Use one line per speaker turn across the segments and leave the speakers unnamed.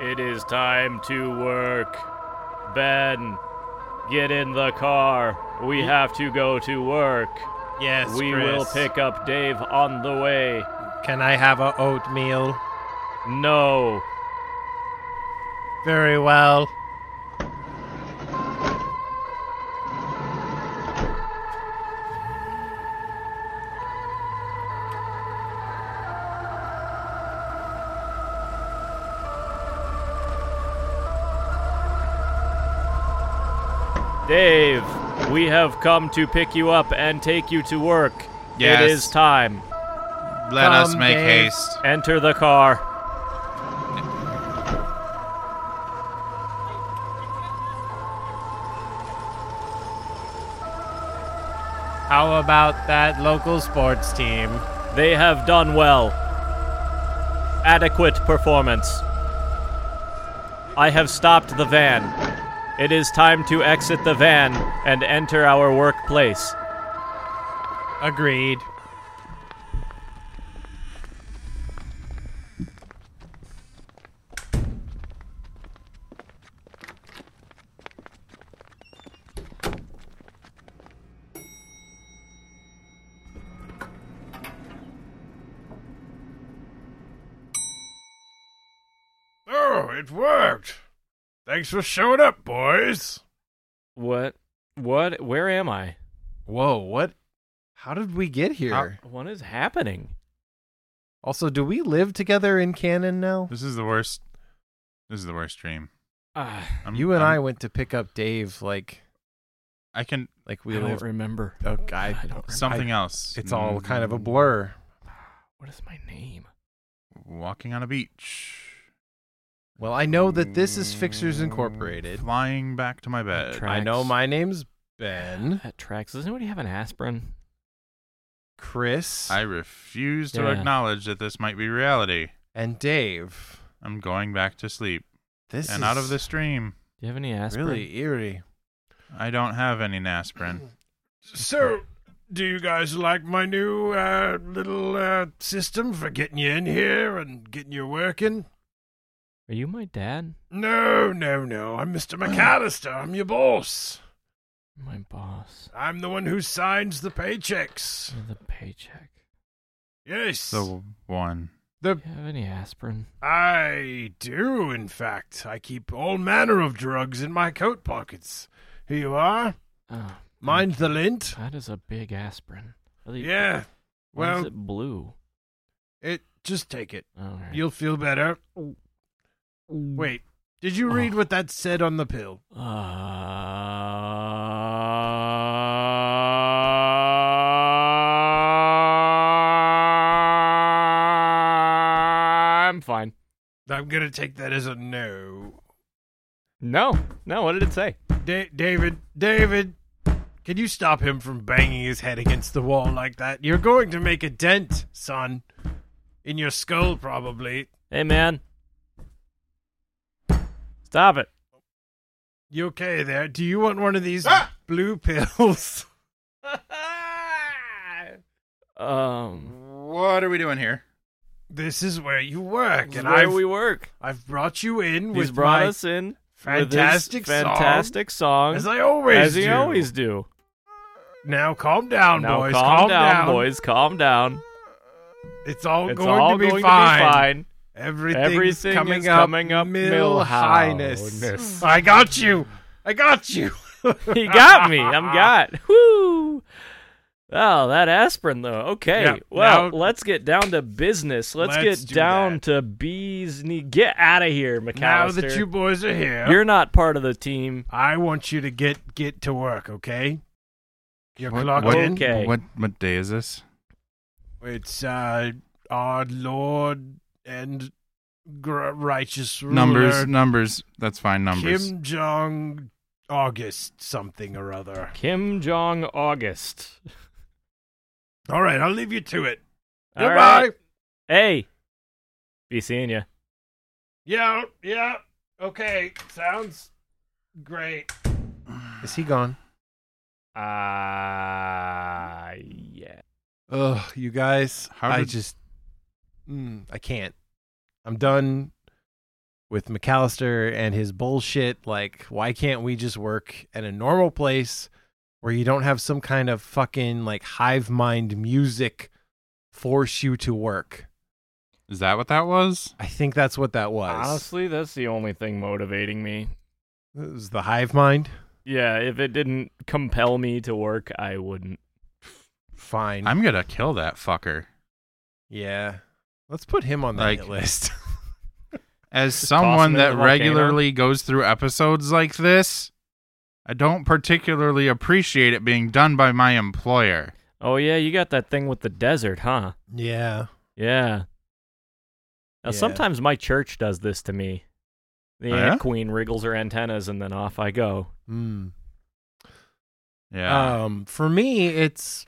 It is time to work. Ben, get in the car. We have to go to work.
Hmm? Yes,
we
Chris.
will pick up Dave on the way.
Can I have a oatmeal?
No.
Very well.
Dave, we have come to pick you up and take you to work.
Yes.
It is time.
Let us
Come,
make
Dave.
haste.
Enter the car.
How about that local sports team?
They have done well. Adequate performance. I have stopped the van. It is time to exit the van and enter our workplace.
Agreed.
Oh, it worked. Thanks for showing up, boys.
What? What? Where am I?
Whoa, what? How did we get here?
What is happening?
also, do we live together in canon now?
This is the worst. This is the worst dream.
Uh,
I'm,
you and i
I'm-
went to pick up Dave like
I can
like
we
we lived.
remember.
Oh, I,
I don't
something else.
it's all kind of a
Mm,
blur.
What is my name?
Walking on a beach.
Well, I know that this is Fixers Incorporated. Uh,
Flying back to my bed.
Tra-
I know
Tracks.
my name's Ben,
That tracks. Does anybody have an aspirin?
Chris,
I refuse to
Yeah.
acknowledge that this might be reality.
and Dave.
I'm going back to sleep
This
and
is
out of this dream.
Do you have any aspirin?
really eerie.
I don't have any aspirin.
So, do you guys like my new uh, little uh, system for getting you in here and getting you working?
Are you my dad?
No, no, no. I'm Mr. McAllister. I'm your boss.
My boss.
I'm the one who signs the paychecks.
With a paycheck.
Yes.
the one.
Do you have any aspirin?
I do, in fact. I keep all manner of drugs in my coat pockets. Here you are.
Oh,
Mind the lint.
that is a big aspirin. Really-
Yeah.
why is
Well,
it blue?
it just take it.
All right.
You'll feel better. Wait, did you read what that said on the pill?
Uh, I'm fine.
I'm gonna take that as a no.
No, no. What did it say?
Da- David, David, can you stop him from banging his head against the wall like that? You're going to make a dent, son. In your skull, probably.
Hey, man. Stop it.
You okay there? Do you want one of these
Ah!
blue pills?
Um,
What are we doing here?
This is where you work, and
where
I've,
we work.
I've brought you in
He's
with
brought
my
us in
fantastic,
with his fantastic song,
song, as I always
as he
do.
always do.
Now calm down,
now
boys.
calm, down, boys. Calm down.
It's all
it's
going,
all
to, be
going
fine.
to be fine.
Everything's
Everything
coming
is
up,
coming up
mill highness. I got you. I got you.
he got me. I'm got. Whoo! Oh, that aspirin though. Okay.
Yeah,
well,
now-
let's get down to business. Let's,
Let's
get
do
down
that.
to bees knee. Get out of here, McAllister.
Now that you boys are here,
you're not part of the team.
I want you to get get to work, okay? You're
What-
clocked
what-
in.
Okay.
What what day is this?
It's uh, our Lord and gr- righteous ruler
Numbers, numbers. That's fine. Numbers.
Kim Jong August something or other.
Kim Jong August.
All right, I'll leave you to it.
All
Goodbye.
right. Hey. Be seeing you.
Yeah, yeah. Okay, sounds great.
Is he gone?
Uh, yeah.
Ugh, you guys.
How
I
did-
just. Mm, I can't. I'm done
with McAllister and his bullshit. Like, why can't we just work at a normal place where you don't have some kind of fucking like hive mind music force you to work?
Is that what that was?
I think that's what that was.
Honestly, that's the only thing motivating me.
it was the hive mind.
Yeah, if it didn't compel me to work, I wouldn't.
Fine.
I'm gonna kill that fucker.
yeah. Let's put him on the
Like-
hit list.
As
toss him
someone
in
that
the volcano.
regularly goes through episodes like this, I don't particularly appreciate it being done by my employer.
Oh yeah, you got that thing with the desert, huh?
yeah.
Yeah. Now
Yeah.
sometimes my church does this to me. The
Oh,
ant
yeah?
queen wriggles her antennas and then off I go.
Mm.
Yeah.
Um, for me, it's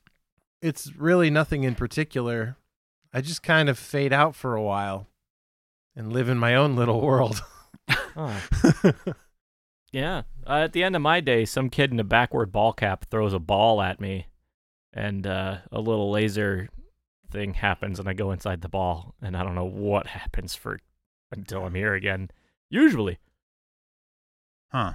it's really nothing in particular. I just kind of fade out for a while and live in my own little world.
Oh. yeah. Uh, at the end of my day, some kid in a backward ball cap throws a ball at me, and uh, a little laser thing happens, and I go inside the ball, and I don't know what happens for until I'm here again. Usually,
huh.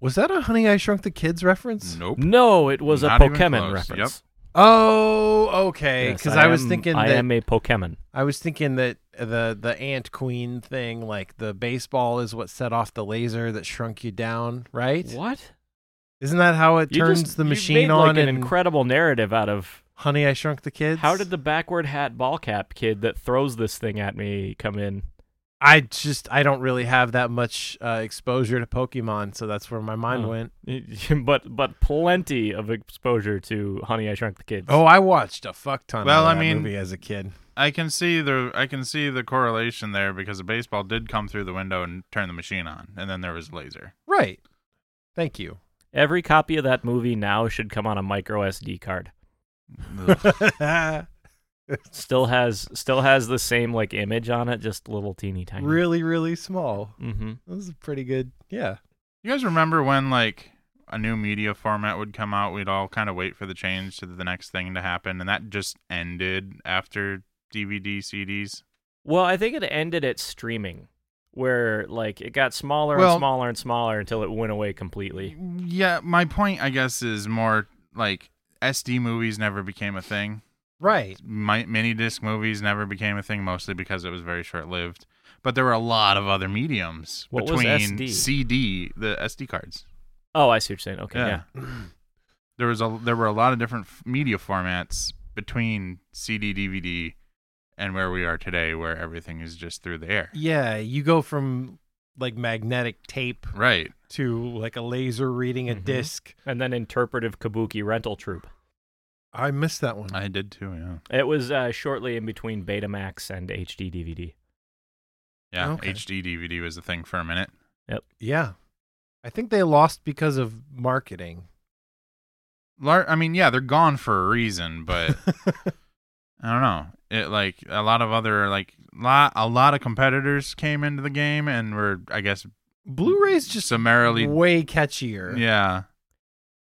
Was that a Honey I Shrunk the Kids reference?
Nope.
no, it was
Not
a
even
Pokemon
close.
reference.
Oh, okay.
Yes,
Because I, was
am-
thinking
I
that
am a Pokemon.
I was thinking that the the ant queen thing, like the baseball, is what set off the laser that shrunk you down, right?
What
Isn't that how it
You
turns
just-
the
you
machine
made,
on?
Like an
in
incredible narrative out of
Honey I Shrunk the Kids.
how did the backward hat ball cap kid that throws this thing at me come in?
I just I don't really have that much uh, exposure to Pokemon, so that's where my mind
Oh.
Hmm.
went.
but but plenty of exposure to Honey I Shrunk the Kids.
Oh, I watched a fuck ton.
Well,
of
I
that
mean-
movie as a kid.
I can see the I can see the correlation there because the baseball did come through the window and turn the machine on, and then there was laser.
Right. Thank you.
every copy of that movie now should come on a micro SD card.
Ugh.
Still has still has the same like image on it, just little teeny tiny.
really, really small.
Mm-hmm.
That was a pretty good. Yeah.
you guys remember when like a new media format would come out, we'd all kind of wait for the change to the next thing to happen, and that just ended after DVD CDs.
Well, I think it ended at streaming, where like it got smaller
Well-
and smaller and smaller until it went away completely.
Yeah, my point I guess is more like SD movies never became a thing.
Right.
my, mini disc movies never became a thing, mostly because it was very short lived. But there were a lot of other mediums
What was
between
SD?
CD, the SD cards.
Oh, I see what you're saying. Okay, yeah.
there was a there were a lot of different f- media formats between CD, DVD, and where we are today, where everything is just through the air.
Yeah. You go from like magnetic tape
Right.
to like a laser reading a
Mm-hmm.
Mhm.
disc.
And then interpretive kabuki rental troupe.
I missed that one.
I did too. Yeah.
It was uh, shortly in between Betamax and HD DVD.
Yeah.
Okay.
HD DVD was a thing for a minute.
yeah. I think they lost because of marketing.
Lar- I mean, yeah, they're gone for a reason, but I don't know. It like a lot of other like lot a lot of competitors came into the game and were I guess
Blu-ray's just
summarily
way catchier.
yeah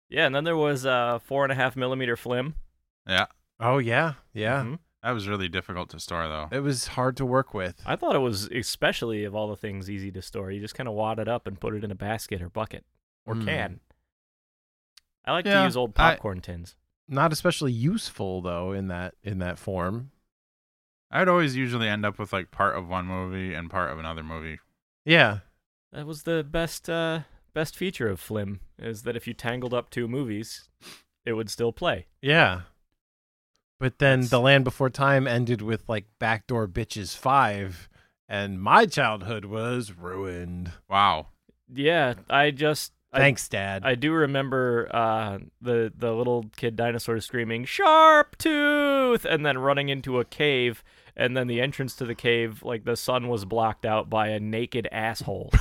Yeah, and then there was uh, four and a half millimeter flim.
yeah
Oh yeah. Yeah.
Mhm.
that was really difficult to store though.
It was hard to work with.
I thought it was especially of all the things easy to store. You just kind of wad it up and put it in a basket or bucket or
Mm.
can. I like to
Yeah,
use old
I-
popcorn tins.
Not especially useful though in that in that form.
I'd always usually end up with like part of one movie and part of another movie.
Yeah.
That was the best uh, best feature of flim is that if you tangled up two movies, it would still play.
Yeah. But then The Land Before Time ended with like Backdoor Bitches 5 and my childhood was ruined.
Wow.
Yeah, I just I
Thanks dad.
I do remember uh, the the little kid dinosaur screaming "sharp tooth" and then running into a cave, and then the entrance to the cave, like the sun was blocked out by a naked asshole.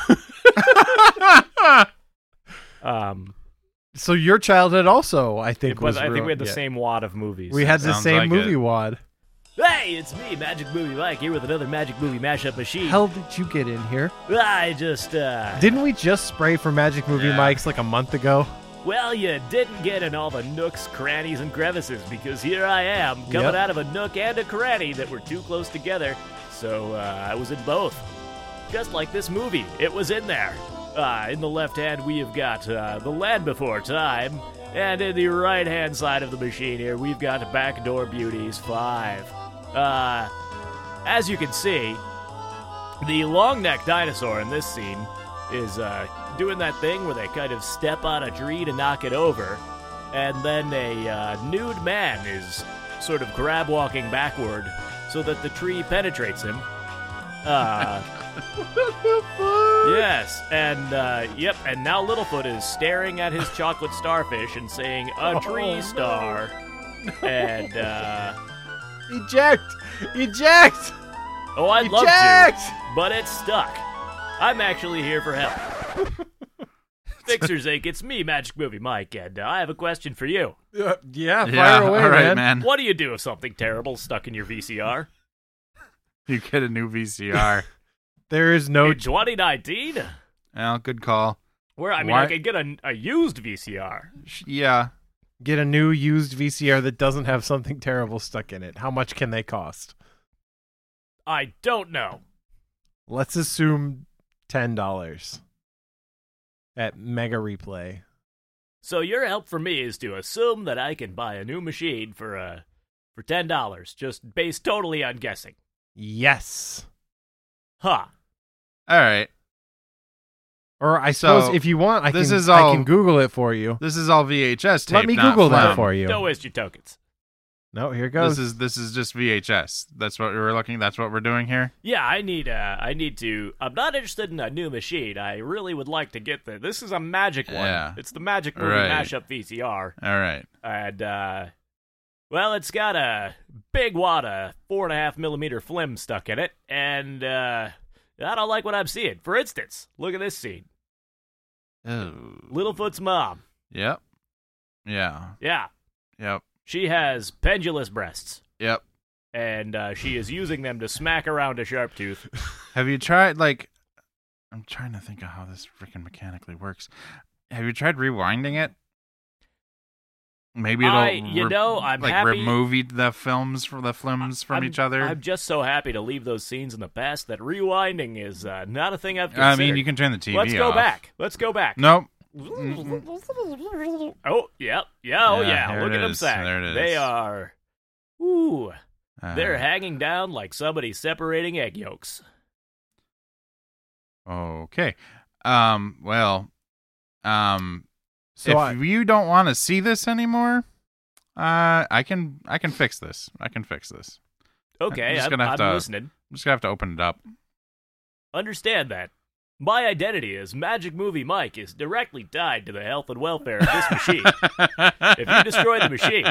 um,
so your childhood also I think
but
was
I think we had the
ruined.
same wad of movies.
We had the
Sounds
same
like
movie
it.
wad.
hey, it's me, Magic Movie Mike, here with another Magic Movie mashup machine.
Hell did you get in here?
I just uh,
Didn't we just spray for Magic Movie
Yeah.
Mics like a month ago?
Well, you didn't get in all the nooks, crannies, and crevices because here I am, coming
Yep.
out of a nook and a cranny that were too close together, so uh, I was in both. just like this movie. It was in there. Uh, in the left hand, we have got uh, The Land Before Time. And in the right hand side of the machine here, we've got Backdoor Beauties 5. Uh, as you can see, the long necked dinosaur in this scene is uh, doing that thing where they kind of step on a tree to knock it over. And then a uh, nude man is sort of grab walking backward so that the tree penetrates him. Uh, Yes, and uh, yep, and now Littlefoot is staring at his chocolate starfish and saying, "A tree star," and uh,
Eject! Eject!
oh, I'd love
Eject!
to, but it's stuck. I'm actually here for help. Fixers Inc. It's me, Magic Movie Mike, and uh, I have a question for you.
Uh, yeah, fire
yeah.
away,
all right,
man.
man.
What do you do if something terrible stuck in your VCR?
You get a new VCR.
There is no
In 2019,
well, good call.
where I mean, I
Why-
could get a, a used VCR.
Sh- Yeah.
get a new used VCR that doesn't have something terrible stuck in it. How much can they cost?
I don't know.
Let's assume ten dollars at Mega Replay.
So your help for me is to assume that I can buy a new machine for uh for ten dollars, just based totally on guessing.
Yes.
Huh.
All right.
Or I
So,
suppose if you want, I
this
can
is
I
all-
can Google it for you.
This is all VHS tape.
Let me
not
Google that
film.
for you.
Um, Don't waste your tokens.
No, here
This
goes.
is this is just VHS. That's what we were looking. That's what we're doing here.
Yeah, I need uh I need to I'm not interested in a new machine. I really would like to get the this is a magic one.
Yeah.
It's the magic movie
Right.
mashup VCR.
All right.
And uh well it's got a big wad of four and a half millimeter flim stuck in it, and uh I don't like what I'm seeing. For instance, look at this scene.
Oh.
Littlefoot's mom.
Yep. Yeah.
Yeah.
Yep.
She has pendulous breasts,
Yep.
and uh, she is using them to smack around a sharp tooth.
Have you tried like? I'm trying to think of how this freaking mechanically works. Have you tried rewinding it? Maybe it'll.
I- you know, I'm
like
happy-
remove e- the films from the films from
I'm-
each other.
I'm just so happy to leave those scenes in the past that rewinding is uh, not a thing I've considered.
I mean, you can turn the TV.
Let's go
off.
back. Let's go back.
Nope.
Oh, yep. Yeah, oh,
Yeah,
yeah.
there
Look
it
at them
is.
sag.
There it
They
is.
are. Ooh,
Uh,
they're hanging down like somebody separating egg yolks.
Uh, Okay. Um. Well. Um.
so
if
I,
you don't want to see this anymore, uh, I can I can fix this. I can fix this.
Okay,
I'm just
I'm,
gonna have
I'm
to-
listening.
I'm just gonna have to open it up.
Understand that. My identity as Magic Movie Mike is directly tied to the health and welfare of this machine. if you destroy the machine,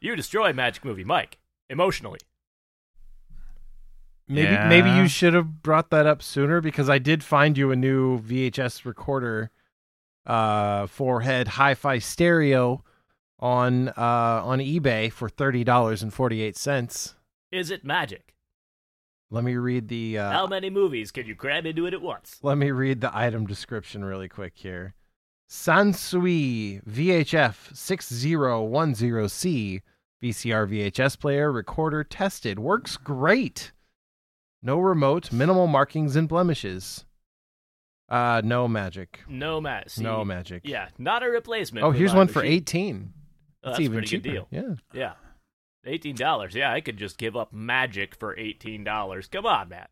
you destroy Magic Movie Mike emotionally.
maybe
Yeah.
maybe you should have brought that up sooner because I did find you a new VHS recorder, uh, forehead hi-fi stereo, on uh on eBay for thirty dollars and forty eight cents.
Is it magic?
Let me read the uh,
How many movies can you cram into it at once?
Let me read the item description really quick here. Sansui VHF 6010C VCR VHS player recorder tested. Works great. No remote, minimal markings and blemishes. Uh no magic.
No magic.
No magic.
Yeah, not a replacement.
Oh,
for
here's
my
one for
machine.
18.
Oh,
It's
that's a
even
pretty
cheaper.
good deal.
Yeah.
Yeah, eighteen dollars. Yeah, I could just give up magic for eighteen dollars. Come on, Matt.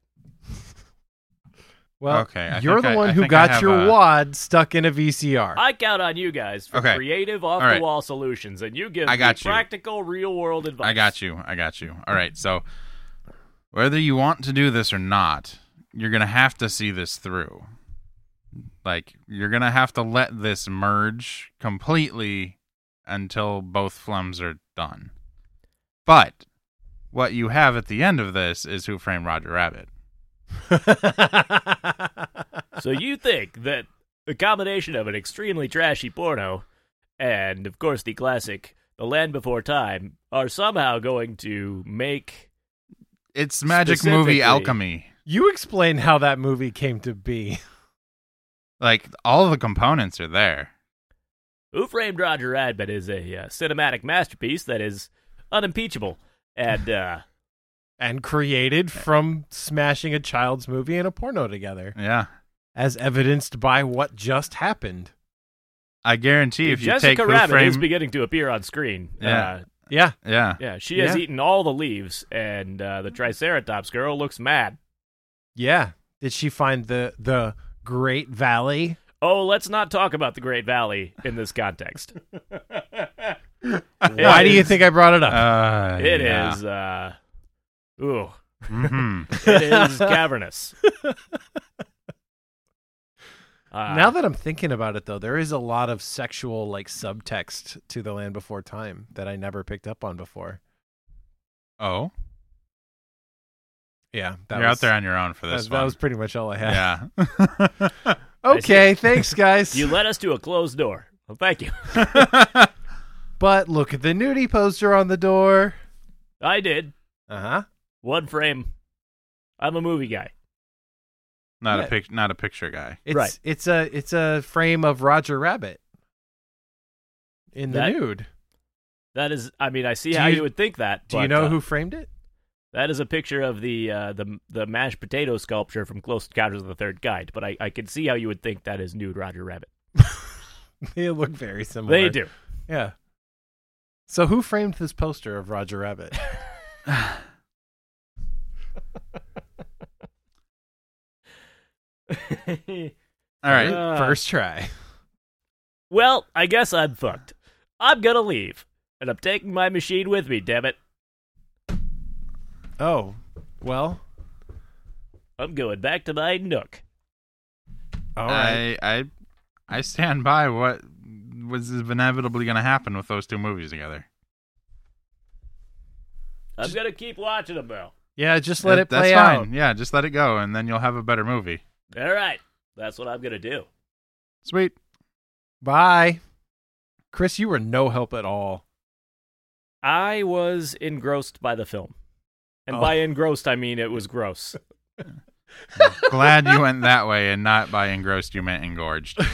Well,
Okay, I
you're
think
the
I-
one
I
who
think I
got
have
your
a-
wad stuck in a VCR.
I count on you guys for
Okay.
creative, off-the-wall solutions, and you give
I got
me
you.
practical, real-world advice.
I got you. I got you. All right. So whether you want to do this or not, you're gonna have to see this through. Like you're gonna have to let this merge completely until both flums are done. But what you have at the end of this is Who Framed Roger Rabbit.
So you think that the combination of an extremely trashy porno and, of course, the classic The Land Before Time are somehow going to make.
It's magic movie
Specifically-
alchemy.
you explain how that movie came to be.
Like all the components are there.
Who Framed Roger Rabbit is a uh, cinematic masterpiece that is unimpeachable. And uh,
and created from smashing a child's movie and a porno together,
Yeah.
as evidenced by what just happened.
I guarantee if you take
Jessica
Who
Rabbit
Framed
is beginning to appear on screen.
Yeah.
Uh,
Yeah,
Yeah.
yeah, she has
Yeah.
eaten all the leaves, and uh, the Triceratops girl looks mad.
yeah. Did she find the the Great Valley?
Oh, let's not talk about the Great Valley in this context. It
Why do you
is-
think I brought it up?
Uh,
It is. Uh, ooh,
hmm
it is cavernous. Uh,
now that I'm thinking about it, though, there is a lot of sexual like subtext to the Land Before Time that I never picked up on before.
Oh,
Yeah,
you're out there on your own for
That,
this
that
one.
was pretty much all I had.
yeah.
Okay, thanks, guys.
you led us to a closed door. Well, thank you.
but look at the nudie poster on the door.
I did
Uh huh.
one frame. I'm a movie guy.
not a
Yeah.
pic. Not a picture guy.
It's
Right.
it's a it's a frame of Roger Rabbit in the
That-
nude.
That is, I mean, I see
Do
how
you-
you, would think that.
Do you
but,
know
uh,
who framed it?
That is a picture of the uh, the the mashed potato sculpture from Close Encounters of the Third Kind. But I, I can see how you would think that is nude Roger Rabbit.
They look very similar.
They do.
Yeah. So who framed this poster of Roger Rabbit?
All right.
Uh,
First try.
Well, I guess I'm fucked. I'm gonna leave, and I'm taking my machine with me. Damn it!
Oh, well.
I'm going back to my nook.
All right.
I I I stand by what was inevitably going to happen with those two movies together.
I'm gonna keep watching them though.
yeah, just let it
That-
play
that's
out.
fine. Yeah, just let it go, and then you'll have a better movie.
All right, that's what I'm gonna do.
Sweet.
Bye. Chris, you were no help at all.
I was engrossed by the film, and
Oh.
by engrossed I mean it was gross.
Glad you went that way and not by engrossed. You meant engorged.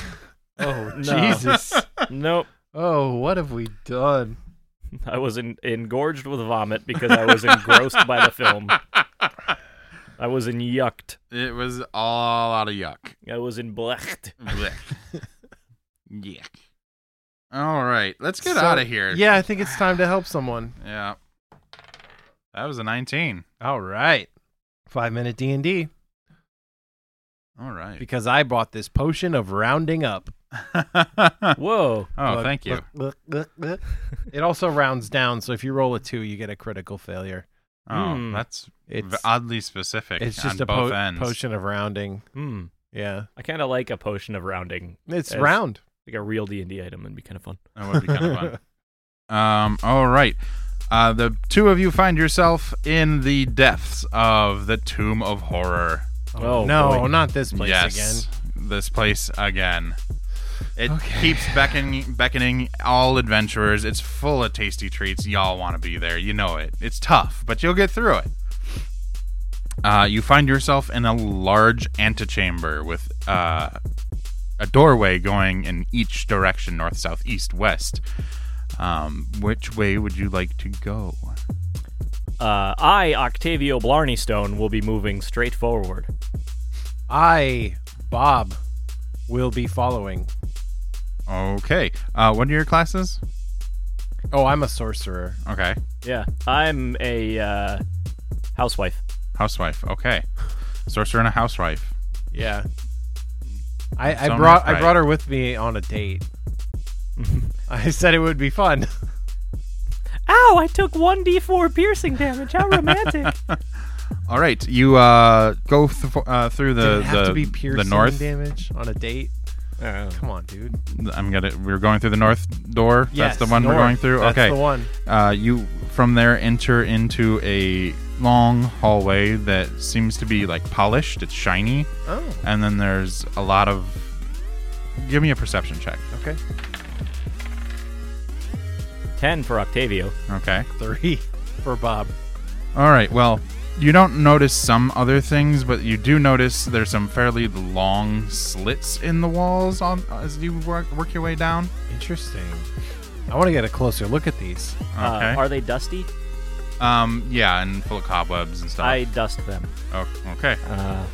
Oh,
No.
Jesus.
nope.
Oh, what have we done?
I was en- engorged with vomit because I was engrossed by the film. I was in yucked.
It was all out of yuck.
I was in blecht.
Blech. Yuck. All right, let's get
So-
out of here.
Yeah, I think it's time to help someone.
Yeah. That was a 19.
All right. 5 minute D&D
All right.
because I bought this potion of rounding up.
oh,
Whoa.
Look,
thank you.
look, look, look, look. it also rounds down, so if you roll a 2, you get a critical failure.
Oh,
Hmm.
that's v-
It's
oddly specific
it's just
on
a
both
po-
ends.
potion of rounding.
Hmm.
Yeah.
I kind of like a potion of rounding,
It's
Yes.
round.
like a real D and D item. That'd be kind of fun.
That would be kind of fun. Um, all right. Uh, the two of you find yourself in the depths of the Tomb of Horror.
Oh,
no,
boy.
not this place
yes, this place again. It
Okay.
keeps beckoning, beckoning all adventurers. It's full of tasty treats. Y'all want to be there. You know it. It's tough, but you'll get through it. Uh, you find yourself in a large antechamber with uh, a doorway going in each direction north, south, east, west. Um, which way would you like to go?
Uh, I, Octavio Blarneystone, will be moving straight forward.
again. I, Bob, will be following.
Okay. Uh, what are your classes?
Oh, I'm a sorcerer.
Okay.
Yeah, I'm a uh, housewife.
Housewife. Okay. Sorcerer and a housewife.
Yeah. I, I
Someone's
brought I
right.
brought her with me on a date. I said it would be fun.
Ow, I took 1d4 piercing damage. How romantic.
All right, you uh, go th- uh, through
Did
the
it have
the,
to be
the
piercing
north.
damage on a date. Come on, dude.
I'm gonna. We're going through the north door.
Yes,
That's the one
north.
we're going through.
That's
okay.
the one.
Uh, you from there enter into a long hallway that seems to be like polished. It's shiny,
Oh,
and then there's a lot of. Give me a perception check.
okay.
Ten for Octavio.
Okay.
Three for Bob.
All right. Well, you don't notice some other things, but you do notice there's some fairly long slits in the walls on as you work, work your way down.
Interesting. I want to get a closer look at these.
Okay.
Uh, are they dusty?
Uh, Um, yeah, and full of cobwebs and
Uh,
stuff.
I dust them.
oh, okay.
Uh,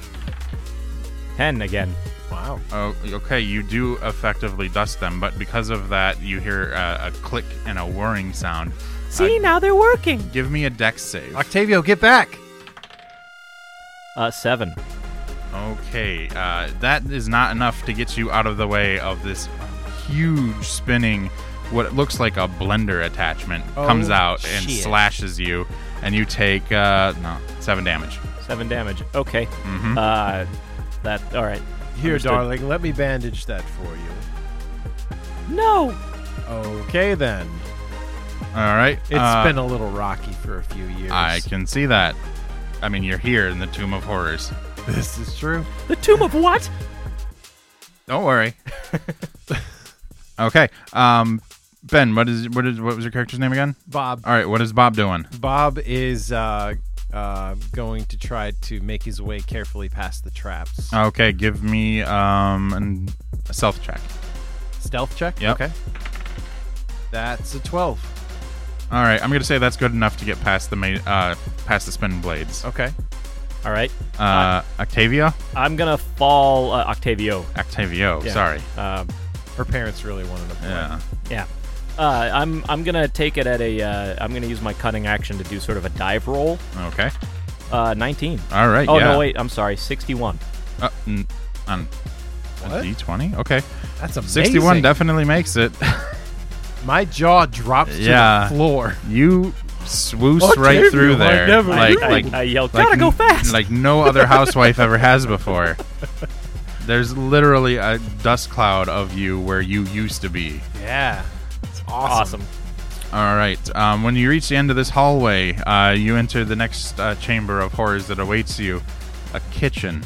Ten again.
Wow.
Oh, okay. You do effectively dust them, but because of that, you hear uh, a click and a whirring sound. See,
now they're working.
Give me a dex save.
Octavio, get back.
Uh, seven.
Okay, uh, that is not enough to get you out of the way of this huge spinning. What it looks like a blender attachment comes out and
Oh, shit.
slashes you, and you take uh, no seven damage.
Seven damage. Okay.
Mhm.
Uh, that. All right.
Here,
Understood.
darling, let me bandage that for you.
No.
Okay, then.
All right,
It's
uh,
been a little rocky for a few years.
I can see that. I mean, you're here in the Tomb of Horrors.
This is true.
The tomb of what?
Don't worry. okay, um, Ben, what is what is what was your character's name again?
Bob.
All right, what is Bob doing?
Bob is uh, uh, going to try to make his way carefully past the traps.
Okay, give me um an, a self check.
Stealth check.
Yep.
Okay. That's a twelve.
All right, I'm gonna say that's good enough to get past the ma- uh, past the spin blades.
Okay.
All right.
Uh, Octavia,
I'm gonna fall uh, Octavio.
Octavio.
Yeah.
Sorry.
Um,
Her parents really wanted to play.
Yeah.
yeah. Uh, I'm I'm gonna take it at a. Uh, I'm gonna use my cutting action to do sort of a dive roll.
Okay.
Uh, 19.
All right.
Oh
yeah.
no, wait. I'm sorry. 61.
Uh, n- on
What?
D twenty. Okay.
That's amazing.
Sixty one definitely makes it.
My jaw drops
Yeah.
to the floor.
you swoos
Oh,
right
damn
through
you, I
there.
never
like
knew.
like
I yelled.
like
Gotta go
n-
fast.
Like no other housewife ever has before. There's literally a dust cloud of you where you used to be.
Yeah. It's
awesome.
All right. Um, when you reach the end of this hallway, uh, you enter the next uh, chamber of horrors that awaits you a kitchen.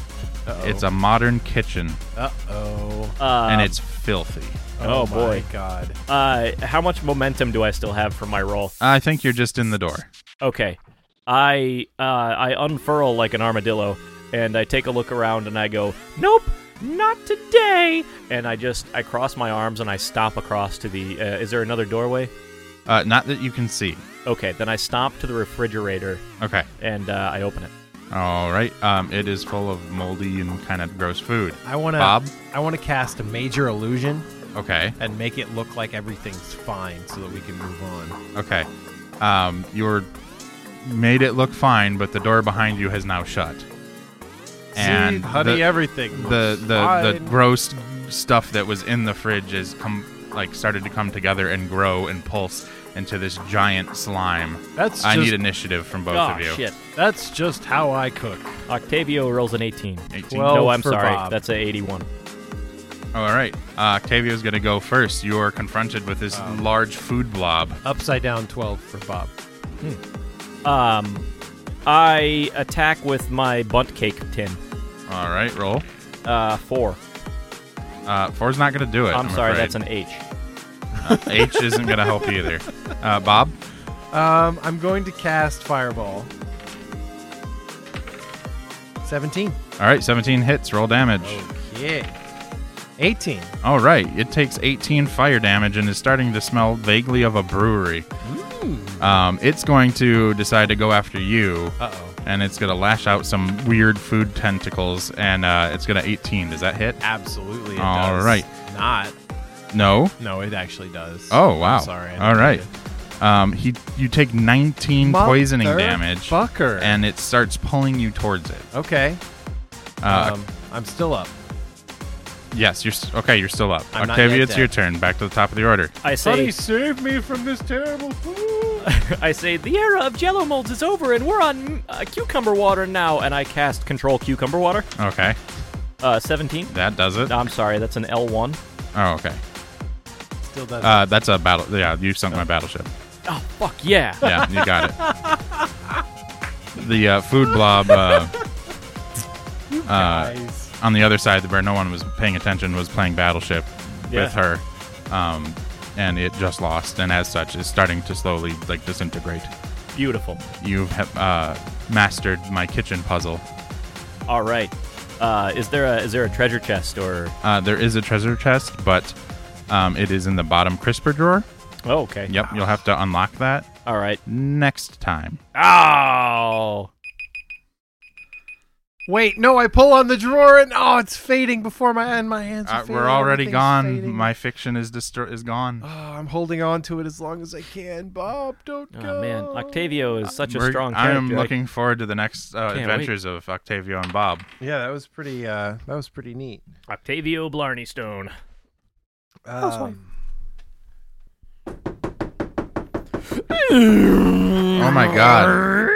It's a modern kitchen,
Uh oh.
Uh,
and it's filthy.
Oh, boy.
My God.
Uh, how much momentum do I still have for my roll?
I think you're just in the door.
Okay. I uh, I unfurl like an armadillo, and I take a look around, and I go, "Nope, not today." And I just I cross my arms and I stomp across to the. Uh, is there another doorway?
Uh, not that you can see.
Okay, then I stomp to the refrigerator
Okay.
and uh, I open it.
All right. Um, it is full of moldy and kind of gross food.
I want to.
Bob?
I want to cast a major illusion
Okay.
and make it look like everything's fine, so that we can move on.
Okay. Um, you're made it look fine, but the door behind you has now shut. And
See, honey,
the-
everything.
the
looks
the, the
fine.
gross stuff that was in the fridge is come like started to come together and grow and pulse into this giant slime.
That's
I
just-
need initiative from both
oh
of you.
shit!
That's just how I cook.
Octavio rolls an 18.
18.
Well-
no, I'm
for
sorry.
Bob.
That's an 81.
All right. Uh, Octavio's going to go first. You are confronted with this large food blob.
Upside down twelve for Bob.
Um, I attack with my bunt cake tin.
All right, roll.
Uh, four.
Uh, four's not going to do it.
I'm, sorry.
afraid.
That's an H.
H isn't going to help either. Uh, Bob?
Um, I'm going to cast Fireball. 17.
All right, 17 hits. Roll damage.
Oh,
Okay. 18.
All right, it takes 18 fire damage and is starting to smell vaguely of a brewery. Um, it's going to decide to go after you,
Uh-oh.
and it's going to lash out some weird food tentacles, and uh, it's going to 18. Does that hit?
Absolutely. It
All
does.
right.
Not.
No.
No, it actually does.
Oh wow.
I'm sorry. I
All
didn't
right.
read
Um, he you take 19
it.
poisoning damage,
Fucker.
and it starts pulling you towards it.
okay.
Uh,
um, I'm still up.
yes, you're s- okay. You're still up.
I'm not
Octavia,
yet
it's your
dead.
turn. Back to the top of the order.
I say.
save me from this terrible food.
I say the era of Jello molds is over, and we're on uh, cucumber water now. And I cast control cucumber water.
Okay,
Uh, 17.
that does it.
No, I'm sorry. That's an L1.
Oh, okay.
Still does.
Uh, that's a battle. Yeah, you sunk my battleship.
Oh fuck yeah!
Yeah, you got it. The uh, food blob uh, uh,
guys.
on the other side, where no one was paying attention, was playing battleship
Yeah.
with her, um, and it just lost, and as such, is starting to slowly like disintegrate.
Beautiful.
You've ha- uh, mastered my kitchen puzzle.
All right. Uh, is there a is there a treasure chest or?
Uh, there is a treasure chest, but um, it is in the bottom crisper drawer.
Oh okay.
Yep, you'll have to unlock that.
All right.
next time.
Oh.
Wait, no, I pull on the drawer and oh, it's fading before my and my hands. Are
Uh,
fading,
we're already
everything's
gone.
fading.
My fiction is distor- is
oh,
gone.
I'm holding on to it as long as I can. Bob, don't
Oh
go.
man, Octavio is such a
We're-
strong
I
character.
am looking forward to the next uh,
Can't wait.
adventures of Octavio and Bob.
Yeah, that was pretty. Uh, that was pretty neat.
Octavio Blarney Stone.
Um,
Oh my god.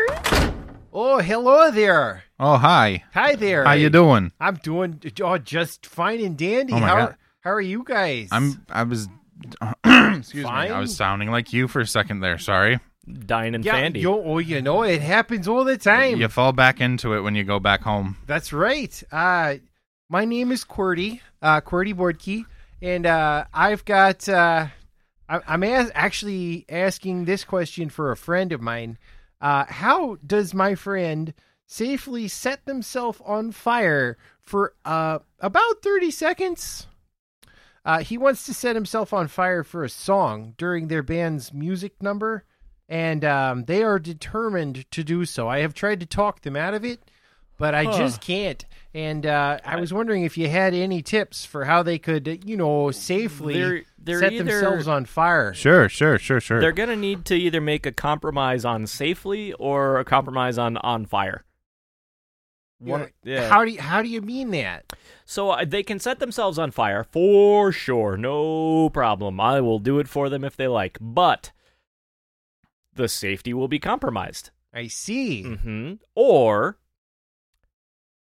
oh, hello there.
Oh hi.
Hi there.
How you doing?
I'm doing oh, just fine and dandy.
Oh my
how
God.
how are you guys?
I'm I was excuse me. I
Fine?
was sounding like you for a second there. Sorry.
Dine and
yeah,
Sandy.
Yo, oh, you know it happens all the time.
You fall back into it when you go back home.
That's right. Uh, my name is QWERTY, uh, QWERTY Boardkey, and uh, I've got. Uh, I- I'm as- actually asking this question for a friend of mine. Uh, how does my friend safely set themselves on fire for uh, about 30 seconds? Uh, he wants to set himself on fire for a song during their band's music number, and um, they are determined to do so. I have tried to talk them out of it, but I just can't. And uh, I was wondering if you had any tips for how they could, uh, you know, safely
They're- they're
set
either-
themselves on fire.
Sure, sure, sure, sure.
They're gonna need to either make a compromise on safely or a compromise on on fire. One, yeah.
How do you, how do you mean that?
so uh, they can set themselves on fire for sure, no problem. I will do it for them if they like, but the safety will be compromised.
I see.
hmm Or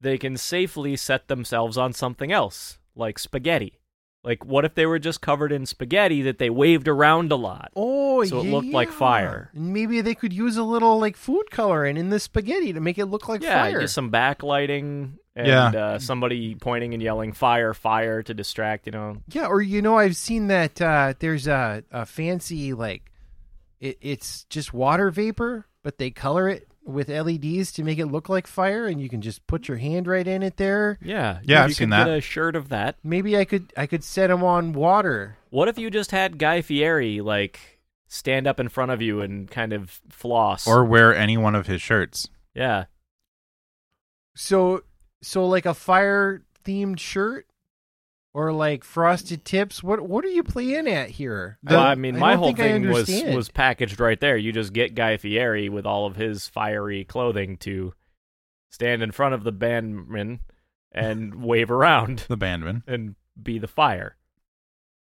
they can safely set themselves on something else, like spaghetti. Like, what if they were just covered in spaghetti that they waved around a lot?
Oh,
So it looked like fire.
And maybe they could use a little like food coloring in the spaghetti to make it look like
yeah,
fire.
just some backlighting and
Yeah.
uh, somebody pointing and yelling "fire, fire" to distract. You know,
Yeah, or you know, I've seen that uh, there's a, a fancy like it, it's just water vapor, but they color it with LEDs to make it look like fire, and you can just put your hand right in it there.
yeah,
Yeah,
you
I've
could
seen
get
that.
a shirt of that.
Maybe I could I could set them on water.
What if you just had Guy Fieri like stand up in front of you and kind of floss?
or wear any one of his shirts.
yeah,
So so like a fire themed shirt or like frosted tips. What what are you playing at here?
well, I mean,
I
my
don't
whole
think I
thing was
understand.
was packaged right there. You just get Guy Fieri with all of his fiery clothing to stand in front of the bandman and wave around
The bandman.
and be the fire.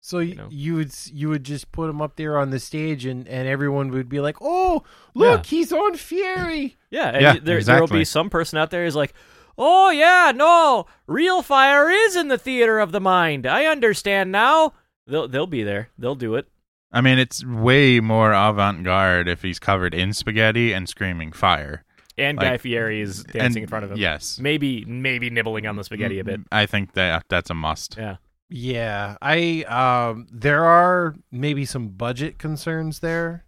So
you
you,
know?
you would s- you would just put him up there on the stage, and, and everyone would be like, "Oh, look, he's on Fury."
Yeah, and
Yeah,
y- there there will
exactly.
be some person out there who's like, "Oh yeah, no, real fire is in the theater of the mind. I understand now." They'll they'll be there. They'll do it.
I mean, it's way more avant-garde if he's covered in spaghetti and screaming fire.
And
Like-
Guy Fieri is dancing
And-
in front of him.
Yes.
maybe maybe nibbling on the spaghetti a bit.
I think that that's a must.
Yeah,
Yeah, I um, there are maybe some budget concerns there.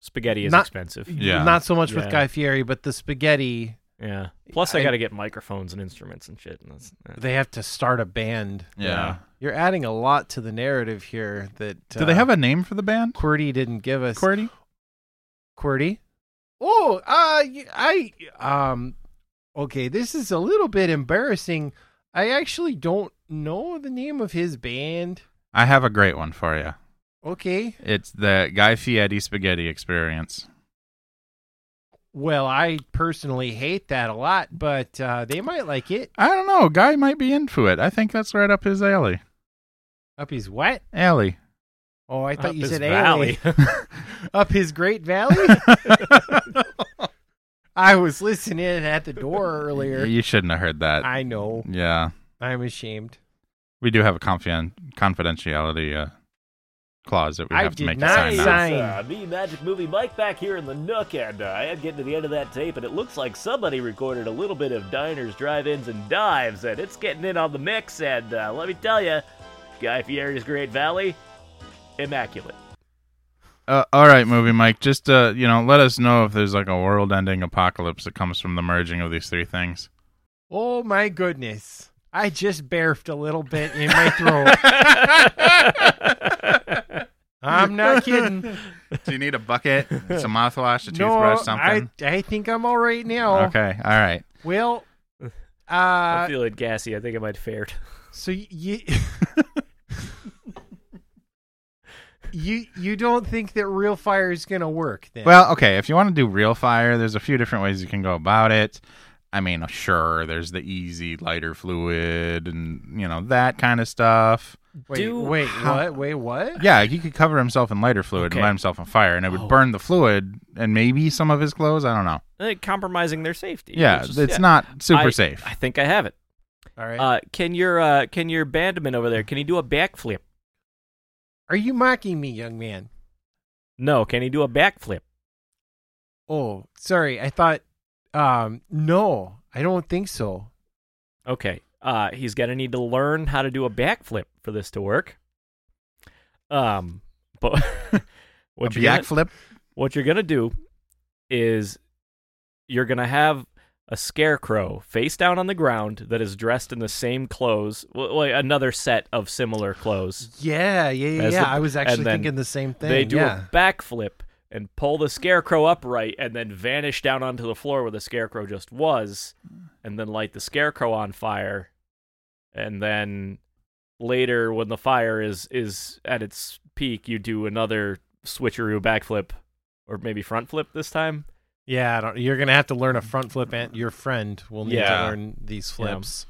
spaghetti is
Not-
expensive.
Yeah.
not so much
Yeah.
with Guy Fieri, but the spaghetti.
Yeah. Plus, I,
I-
got to get microphones and instruments and shit. And that's, eh.
They have to start a band.
Yeah.
Yeah.
You're adding a lot to the narrative here that
Do
uh,
they have a name for the band?
QWERTY didn't give us
QWERTY?
QWERTY? Oh, uh, y- I um, okay. This is a little bit embarrassing. I actually don't know the name of his band.
I have a great one for you.
Okay,
It's the Guy Fieri Spaghetti Experience.
well, I personally hate that a lot, but uh, they might like it.
I don't know. Guy might be into it. I think that's right up his alley.
Up his what?
Alley.
Oh, I thought
Up
you
his
said
valley.
alley. Up his great valley. I was listening at the door earlier.
you shouldn't have heard that.
I know.
yeah.
I'm ashamed.
We do have a confiden- confidentiality uh, clause that we
I
have to
did
make you
not
sign. now.
sign-
It's, uh, me, Magic Movie Mike, back here in the Nook, and uh, I am getting to the end of that tape, and it looks like somebody recorded a little bit of diners, drive-ins, and dives, and it's getting in on the mix. And uh, let me tell you, Guy Fieri's Great Valley, immaculate.
Uh, all right, movie Mike. Just uh, you know, let us know if there's like a world-ending apocalypse that comes from the merging of these three things.
Oh my goodness. I just barfed a little bit in my throat. I'm not kidding.
Do you need a bucket, some mouthwash, a
no,
toothbrush, something?
I, I think I'm all right now.
Okay, all right.
Well,
I'm
uh,
feeling gassy. I think I might have fared.
so y- you you you don't think that real fire is gonna work then?
Well, okay, if you want to do real fire, there's a few different ways you can go about it. I mean, sure, there's the easy lighter fluid and, you know, that kind of stuff.
wait,
do-
wait,
how-
what? Wait, what?
Yeah, he could cover himself in lighter fluid
Okay.
and light himself on fire, and it would
Oh.
burn the fluid and maybe some of his clothes. I don't know.
Eh, compromising their safety.
Yeah,
which is-
it's
yeah.
not super
I-
safe.
I think I have it.
All right.
Uh, can your uh, can your bandman over there? Can he do a backflip?
Are you mocking me, young man?
No, can he do a backflip?
Oh, sorry. I thought. Um, no, I don't think so.
Okay. Uh, he's gonna need to learn how to do a backflip for this to work. Um, but what
a
you're gonna,
yak flip.
what you're gonna do is you're gonna have a scarecrow face down on the ground that is dressed in the same clothes, well, like another set of similar clothes.
Yeah, yeah, yeah.
That's
yeah.
the-
I was
and
actually
then
thinking the same thing.
they do
yeah.
a backflip and pull the scarecrow upright and then vanish down onto the floor where the scarecrow just was and then light the scarecrow on fire and then later when the fire is is at its peak you do another switcheroo backflip or maybe front flip this time
Yeah, I don't, you're gonna have to learn a front flip, and your friend will need
Yeah.
to learn these
Yeah.
flips.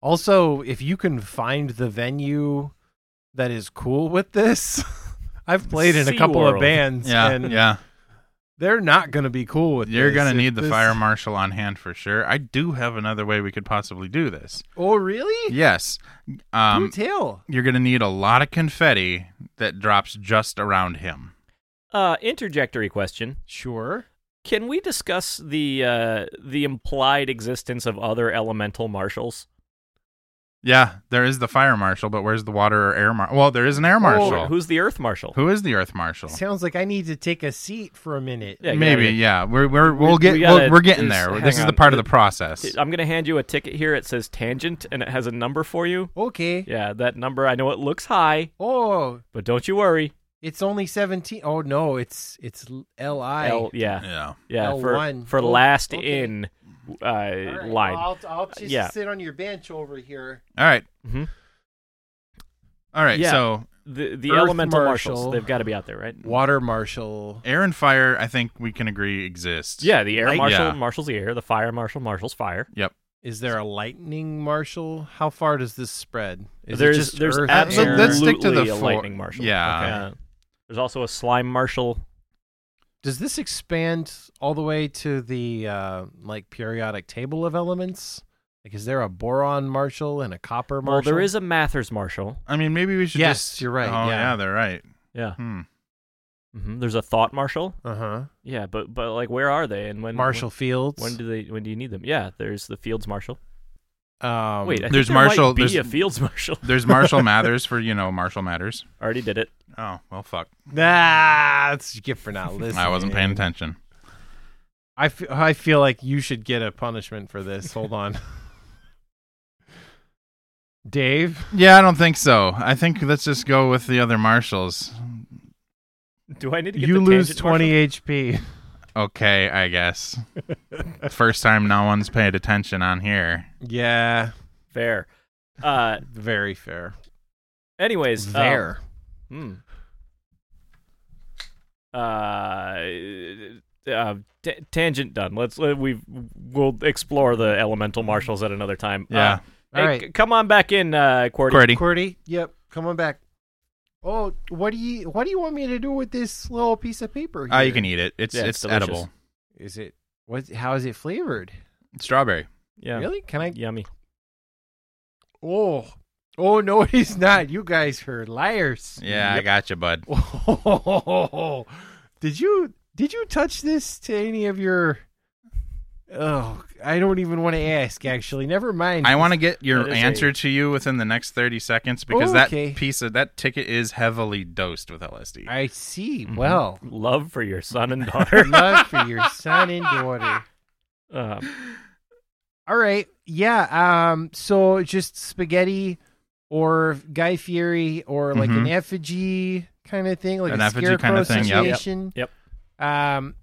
Also, if you can find the venue that is cool with this, I've played in a couple
SeaWorld.
of bands,
Yeah,
and
yeah.
they're not gonna be cool with.
You're
this.
gonna
If
need the
this-
fire marshal on hand for sure. I do have another way we could possibly do this.
Oh, really?
Yes.
Do
Um,
tell.
you're gonna need a lot of confetti that drops just around him.
uh interjectory question
Sure.
can we discuss the uh the implied existence of other elemental marshals
Yeah, there is the fire marshal, but where's the water or air marshal? Well, there is an
Oh,
air marshal.
Or who's the earth marshal
Who is the earth marshal?
Sounds like I need to take a seat for a minute.
Yeah, you
Maybe,
gotta-
yeah. We're we're we'll
We-
get
we
we
gotta-
are we're getting
just-
there.
hang
This is
on.
the
uh,
part of the process.
I'm gonna hand you a ticket here. It says tangent, and it has a number for you.
Okay.
Yeah, that number. I know it looks high,
Oh,
but don't you worry.
it's only seventeen. Oh no, it's it's L I.
L, yeah,
Yeah.
yeah.
L1.
For for
Oh,
last
okay.
in uh,
All right,
line.
I'll, I'll just
Yeah.
sit on your bench over here.
All right.
Mhm.
All right.
Yeah.
So
The the
Earth
elemental
marshal.
marshals. They've got to be out there, right?
Water marshal.
air and fire, I think we can agree exist.
Yeah, the air
Right.
marshal
Yeah.
marshals the air. The fire marshal marshals fire.
Is there a lightning marshal? How far does this spread? Is
There's-
it just
there's
earth,
Uh, so
air?
let's stick to the
Absolutely a
four-
lightning marshal.
Yeah.
Uh, there's also a slime marshal.
Does this expand all the way to the uh, like periodic table of elements? Like, is there a boron marshal and a copper marshal?
Well, there is a Mathers marshal.
I mean, maybe we should
Yes,
just.
you're right,
Oh,
yeah.
yeah. they're right.
Yeah.
Hmm.
hmm There's a thought marshal.
Uh huh.
Yeah, but but like, where are they? And when
Marshall Fields.
When do they? When do you need them? Yeah, there's the Fields Marshal.
um,
Wait, I think
there's
there
Marshal-
Might be
there's-
a Fields Marshal.
There's Marshall Mathers for, you know, Marshall Matters.
Already did it.
Oh, well, fuck.
Nah, that's good for not listening.
I wasn't paying attention.
I fe- I feel like you should get a punishment for this. Hold on. Dave?
Yeah, I don't think so. I think let's just go with the other Marshals.
Do I need to get
You
the
lose
tangent
20 HP.
Okay, I guess. First time no one's paid attention on here.
Yeah,
Marshal? Fair. Uh,
very fair.
anyways, um,
Fair.
hmm. Uh, uh, t- tangent done. Let's let, we we'll explore the elemental marshals at another time.
Yeah.
Uh, hey,
All right.
c- come on back in, uh, Quarty.
Qwerty.
Qwerty, yep, come on back. Oh, what do you what do you want me to do with this little piece of paper? Here?
Oh, you can eat it. It's
Yeah,
it's,
it's delicious.
edible.
Is it what? How is it flavored?
Strawberry.
Yeah.
Really? Can I?
Yummy.
Oh, oh no, it's not. You guys are liars.
Yeah, I got you, bud.
Oh, did you did you touch this to any of your? Oh, I don't even want to ask. Actually, never mind.
I want to get your
That is
answer
a-
to you within the next 30 seconds because
Okay.
that piece of that ticket is heavily dosed with LSD.
I see.
Mm-hmm.
Well,
Love for your son and daughter.
love for your son and daughter.
uh,
All right. Yeah. Um. So just spaghetti, or Guy Fieri, or like an
Mhm.
effigy. kind of thing, like
An
a
effigy
scarecrow
kind of thing, yep. Yep.
situation.
Yep.
Um,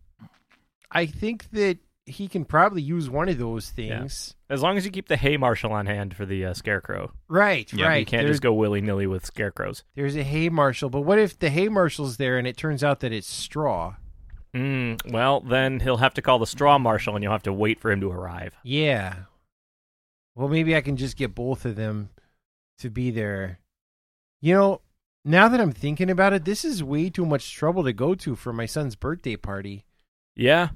I think that he can probably use one of those things.
As long as you keep the hay marshal on hand for the uh, scarecrow,
Right,
Yeah, you
right.
you can't
There-
just go willy nilly with scarecrows.
There's a hay marshal, but what if the hay marshal's there and it turns out that it's straw?
Mm, well, then he'll have to call the straw marshal, and you'll have to wait for him to arrive.
Yeah. Well, maybe I can just get both of them to be there. You know, now that I'm thinking about it, this is way too much trouble to go to for my son's birthday party.
Yeah,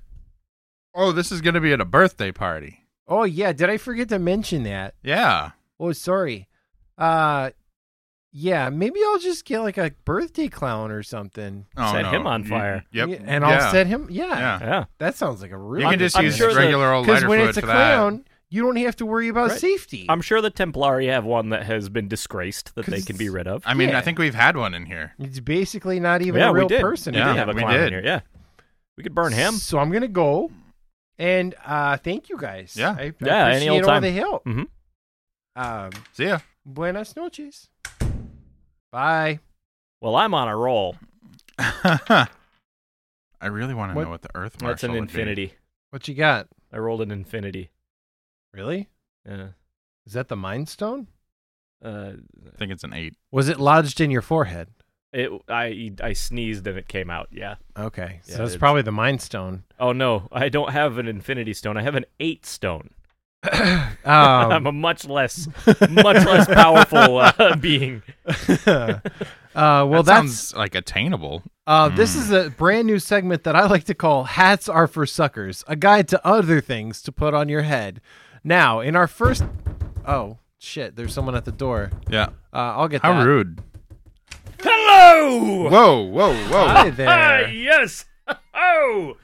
Oh, this is gonna be at a birthday party.
Oh yeah, did I forget to mention that?
Yeah.
Oh, sorry. Uh yeah, maybe I'll just get like a birthday clown or something.
Oh,
Set
no.
him on
You-
fire.
Yep.
Yeah, And
Yeah.
I'll set him. Yeah.
Yeah.
yeah.
That sounds like a real
You can just
I'm
use
sure that-
regular old
Cuz
lighter
when
fluid
it's a
for that.
clown, you don't have to worry about
Right.
safety.
I'm sure the Templari have one that has been disgraced that they
'Cause
can be rid of.
I mean,
Yeah.
I think we've had one in here.
it's basically not even
yeah,
a real
we did.
person.
We
Yeah,
did have a
we
clown in
did.
here. Yeah, we could burn him.
So I'm gonna go, and uh, thank you guys.
Yeah.
I, I
Yeah, any
appreciate
old
all
time.
the help.
Mhm.
Um,
See ya.
buenas noches. Bye.
Well, I'm on a roll.
I really want to
What-
know what the Earth Marshal.
That's an
would be.
infinity.
What you got?
I rolled an infinity.
Really?
Yeah.
Is that the Mind Stone?
Uh,
I think it's an eight.
Was it lodged in your forehead?
it. I I sneezed and it came out. Yeah.
Okay,
Yeah,
so it's
it's-
probably the Mind Stone.
Oh no, I don't have an infinity stone. I have an eight stone. I'm
Um,
a much less, much less powerful uh, being.
uh, well,
that
that's
sounds like attainable.
uh, this
Hmm.
Mm.
is a brand new segment that I like to call "Hats Are for Suckers," a guide to other things to put on your head. Now, in our first, oh shit, there's someone at the door.
Yeah.
Uh, I'll get
How
that.
rude.
Hello.
Whoa, whoa, whoa.
Hi
Ah,
there.
yes. Oh.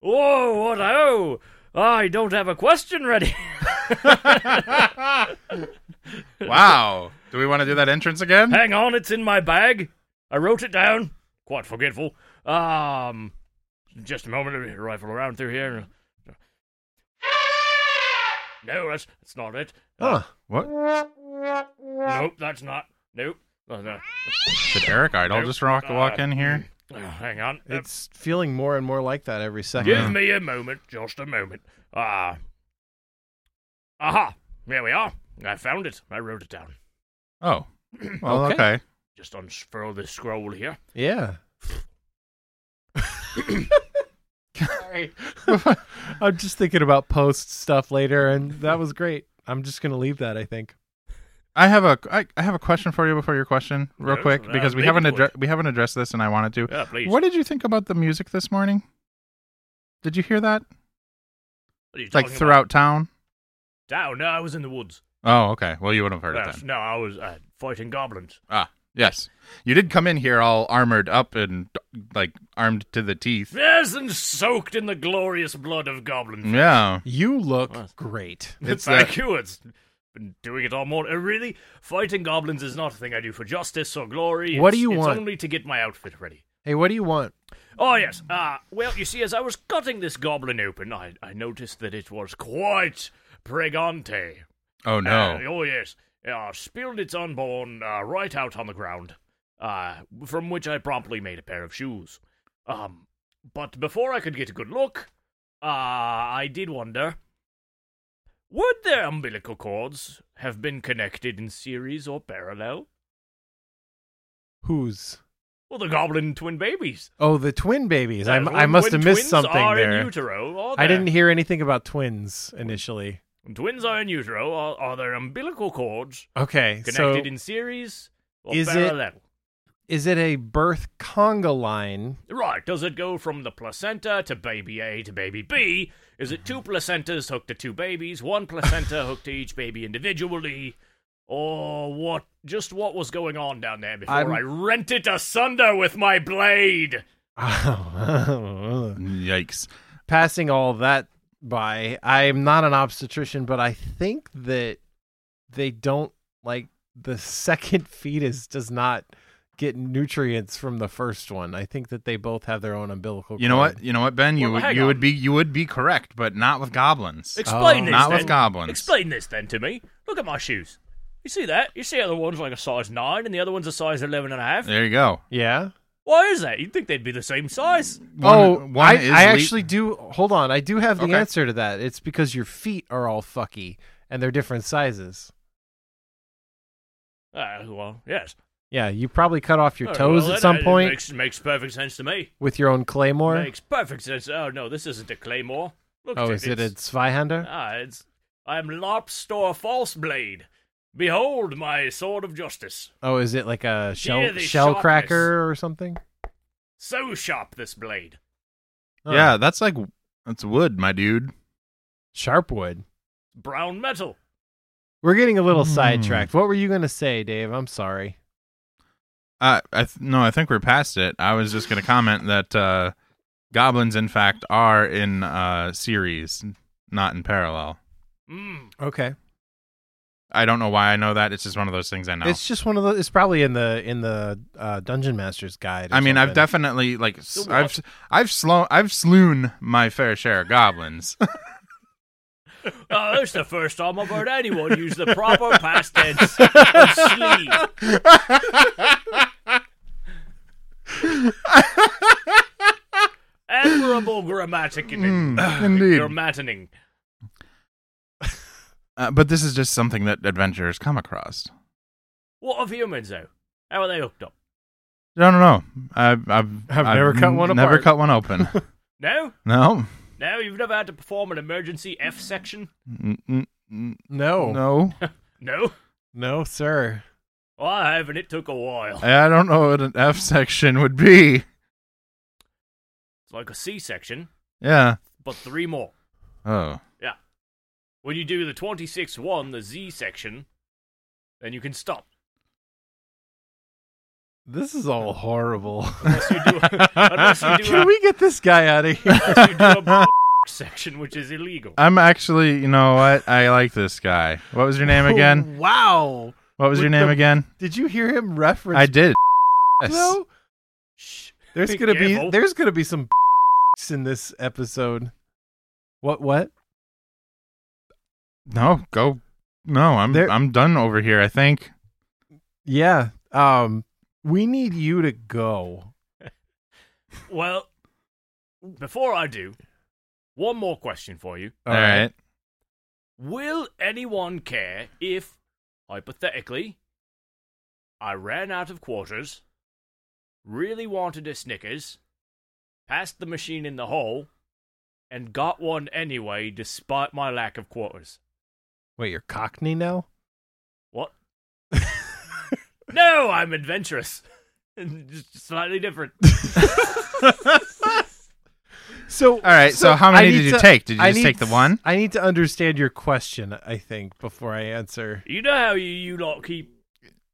Whoa. What? Oh. I don't have a question ready.
wow. Do we want to do that entrance again?
Hang on, it's in my bag. I wrote it down. Quite forgetful. Um, just a moment. Let me rifle around through here. No, that's that's not it.
Huh.
What?
Nope, that's not. Nope. Oh, no.
Did Eric Idle just rock walk in here?
Oh, hang on. Uh,
It's feeling more and more like that every second.
Give me a moment, just a moment. Ah. aha! Here we are. I found it. I wrote it down.
Oh. Well, okay.
Just unfurl this scroll here.
Yeah.
Sorry.
I'm just thinking about post stuff later, and that was great. I'm just going to leave that, I think.
I have a I, I have a question for you before your question, real
Yes,
quick,
uh,
because we
make
haven't
it quick.
addre- we haven't addressed this, and I wanted to.
Yeah, please.
What did you think about the music this morning? Did you hear that?
What are you
Like
talking
throughout town?
about? Down. No, I was in the woods.
Oh, okay. Well, you would have heard it
Yes,
then.
no, I was uh, fighting goblins.
Ah, yes. You did come in here all armored up and like armed to the teeth.
Yes, and soaked in the glorious blood of goblin.
Yeah.
You look
Nice.
great.
It's uh,
Thank you. It's been doing it all morning. Uh, really, fighting goblins is not a thing I do for justice or glory.
What
It's-
do you
it's
want?
only to get my outfit ready.
Hey, what do you want?
Oh, yes. Ah, well, you see, as I was cutting this goblin open, I, I noticed that it was quite pregante.
Oh
Uh,
no.
oh, yes. Uh, spilled its unborn uh, right out on the ground, uh, from which I promptly made a pair of shoes. Um, but before I could get a good look, uh, I did wonder would their umbilical cords have been connected in series or parallel?
Who's?
Well, the goblin twin babies.
Oh, the twin babies. I,
Uh,
I
when-
must
when
have missed
twins
something
are in
there.
utero, are
I
there-
didn't hear anything about twins initially.
When twins are in utero, are, are their umbilical cords
Okay, so
connected in series or
Is it-
parallel?
is it a birth conga line?
Right, does it go from the placenta to baby A to baby B? Is it two placentas hooked to two babies, one placenta hooked to each baby individually? Or what? Just what was going on down there before
I'm-
I rent it asunder with my blade?
Oh.
Uh,
Yikes.
passing all that by, I'm not an obstetrician, but I think that they don't like the second fetus does not get nutrients from the first one. I think that they both have their own umbilical.
You know
cord.
what? You know what, Ben? You
Well,
would
hang
you
on.
would be you would be correct, but not with goblins.
Explain
Oh.
this.
Not with
then.
goblins.
Explain this then to me. Look at my shoes. You see that? You see how the one's like a size 9 and the other one's a size 11 and a half?
There you go.
Yeah.
Why is that? You'd think they'd be the same size.
One-
oh,
one
I,
is
I
le-
actually do. Hold on, I do have the
Okay.
answer to that. It's because your feet are all fucky and they're different sizes.
Uh, well, yes.
Yeah, you probably cut off your
All right,
toes
Oh, well,
at
that-
some
that
point
Makes, makes perfect sense to me.
with your own claymore.
Makes perfect sense. Oh, no, this isn't a claymore. Look
oh,
at
is it a
It's,
Zweihander?
ah, it's, I'm Lopstor Falseblade. Behold my sword of justice.
oh, is it like a shell
the
shell
sharpness.
cracker or something?
So sharp, this blade.
Oh,
Yeah, that's like that's wood, my dude.
sharp wood.
Brown metal.
We're getting a little
Hmm.
sidetracked. What were you gonna say, Dave? I'm sorry.
Uh, I th- no, I think we're past it. I was just gonna comment that uh, goblins, in fact, are in uh, series, not in parallel.
Mm.
Okay,
I don't know why I know that. It's just one of those things I know.
it's just one of the. It's probably in the in the uh, dungeon master's guide. or
I mean, I've
something.
definitely like s-
The what?
I've I've slow I've slewn my fair share of goblins.
Oh, that's the first time I've heard anyone use the proper past tense of sleep. Admirable grammaticing.
indeed.
Grammatining.
Uh, but this is just something that adventurers come across.
What of humans, though? How are they hooked up?
No, no, no. I've I've,
I've never cut one
Never
apart.
cut one open.
No?
no.
No? You've never had to perform an emergency F section?
N- n- n-
no, no,
No.
No?
no, sir.
Well, I haven't. It took a while.
I don't know what an F section would be.
It's like a C section,
Yeah.
but three more.
Oh.
When you do the 26 1, the Z section, then you can stop.
This is all horrible.
Unless you do, unless you do,
Can we get this guy out of here?
unless you do a b- section, which is illegal.
I'm actually, you know what? I like this guy. What was your name again?
wow.
What was your
With
name
the-
again?
Did you hear him reference?
I did. Yes.
though?
Shh.
There's
Big
gonna be
gamble.
there's gonna be some in this episode. What what?
No, go. No, I'm
There-
I'm done over here. I think.
Yeah. Um we need you to go.
Well, before I do, one more question for you.
All right.
Will anyone care if, hypothetically, I ran out of quarters, really wanted a Snickers, passed the machine in the hole, and got one anyway despite my lack of quarters?
Wait, you're cockney now?
What? no, I'm adventurous. Just slightly different.
So
All right, so how many
I need
did you
to-
take? Did you
I
just
need
take the
s-
one?
I need to understand your question, I think, before I answer.
You know how you, you lot keep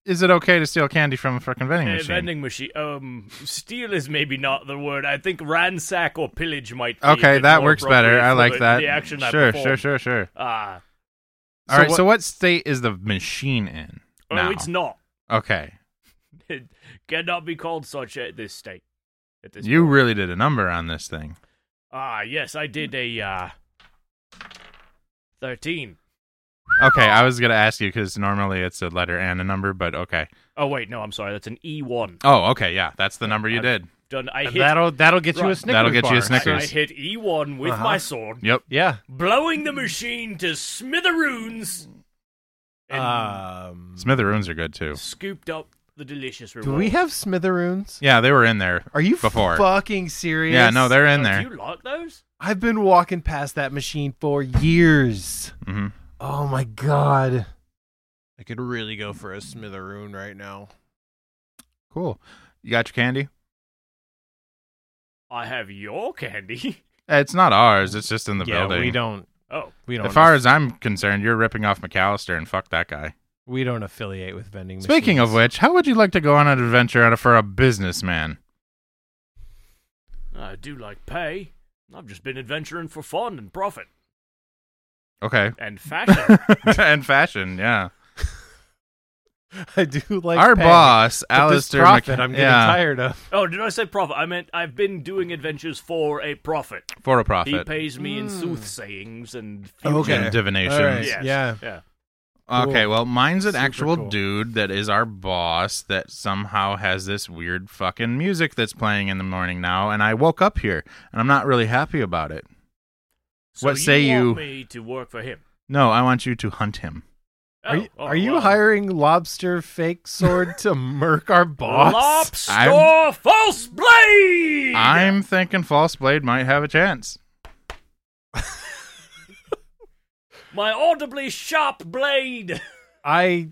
Is it okay to steal candy from a frickin' vending
uh,
machine?
vending machine. Um, steal is maybe not the word. I think ransack or pillage might. Be a
okay,
bit
that
more
works better.
appropriate
I
for
like
the-
that.
The action I
sure,
perform.
sure, sure, sure.
Ah,
All
So
right.
what-
So what state is the machine in?
oh,
now?
it's not.
Okay.
It cannot be called such at this state. At this
You
point.
really did a number on this thing.
ah yes, I did a uh, thirteen.
Okay, I was gonna ask you because normally it's a letter and a number, but okay.
Oh wait, no, I'm sorry. That's an E one.
Oh, okay, yeah, that's the number you
I-
did.
Done. I
And
hit.
that'll that'll get you a
Right.
Snickers.
That'll get you a
bar.
I, I
Snickers.
hit E one with
Uh-huh.
my sword,
Yep.
Yeah.
blowing the machine to smithereens, and
Uh.
Um
Smitheroons are good too.
scooped up the delicious reward.
Do we have smitheroons?
Yeah, they were in there.
Are you
Before.
fucking serious?
Yeah, no, they're in
Oh,
there.
Do you like those?
I've been walking past that machine for years.
hmm
Oh my god. I could really go for a smitheroon right now.
Cool. You got your candy?
I have your candy.
Eh, It's not ours. It's just in the
yeah,
building.
we don't
Oh,
we don't
As far as I'm concerned, you're ripping off McAllister and fuck that guy.
we don't affiliate with vending
Speaking of
machines.
which, how would you like to go on an adventure out of- for a businessman?
I do like pay. I've just been adventuring for fun and profit
Okay.
and fashion.
and fashion, yeah.
I do like
Our
pay,
boss,
but this
Alistair
profit
Mc-
I'm getting
yeah,
tired of.
oh, did I say profit? I meant I've been doing adventures for a profit.
for a
He
profit.
pays me in
Mm.
soothsayings and
Okay.
And divinations.
All right,
Yes.
Yeah.
yeah.
Okay, well, mine's an
Super
actual
cool.
dude that is our boss that somehow has this weird fucking music that's playing in the morning now, and I woke up here, and I'm not really happy about it.
So
What say
you? Want
you-
me to work for him?
No, I want you to hunt him.
Are you,
Oh, oh,
are you
well.
hiring Lobster Fake Sword to murk our boss?
Lobster
I'm-
false blade.
I'm thinking False Blade might have a chance.
my audibly sharp blade.
I,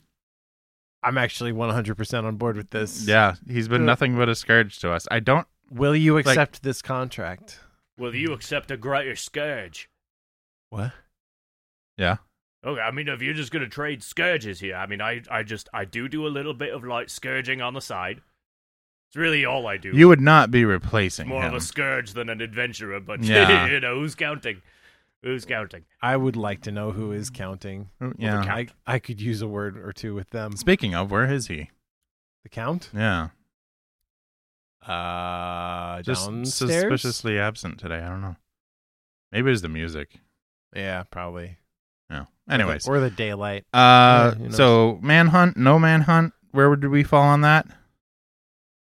I'm actually 100% on board with this.
Yeah, he's been nothing but a scourge to us. I don't.
Will you
Like-
accept this contract?
Will you accept a greater scourge?
What?
Yeah.
Okay, I mean, if you're just gonna trade scourges here, I mean, I, I just, I do do a little bit of like scourging on the side. It's really all I do.
You would not be
it's
replacing
more
him.
of a scourge than an adventurer, but
Yeah.
you know, who's counting? Who's counting?
I would like to know who is counting.
Oh, yeah.
I, I could use a word or two with them.
Speaking of, where is he?
The count?
Yeah.
Uh,
Just
downstairs?
suspiciously absent today. I don't know. Maybe it was the music.
Yeah, probably.
Yeah. Anyways.
Or the daylight.
Uh,
Yeah, who knows?
so manhunt, no manhunt. Where would we fall on that?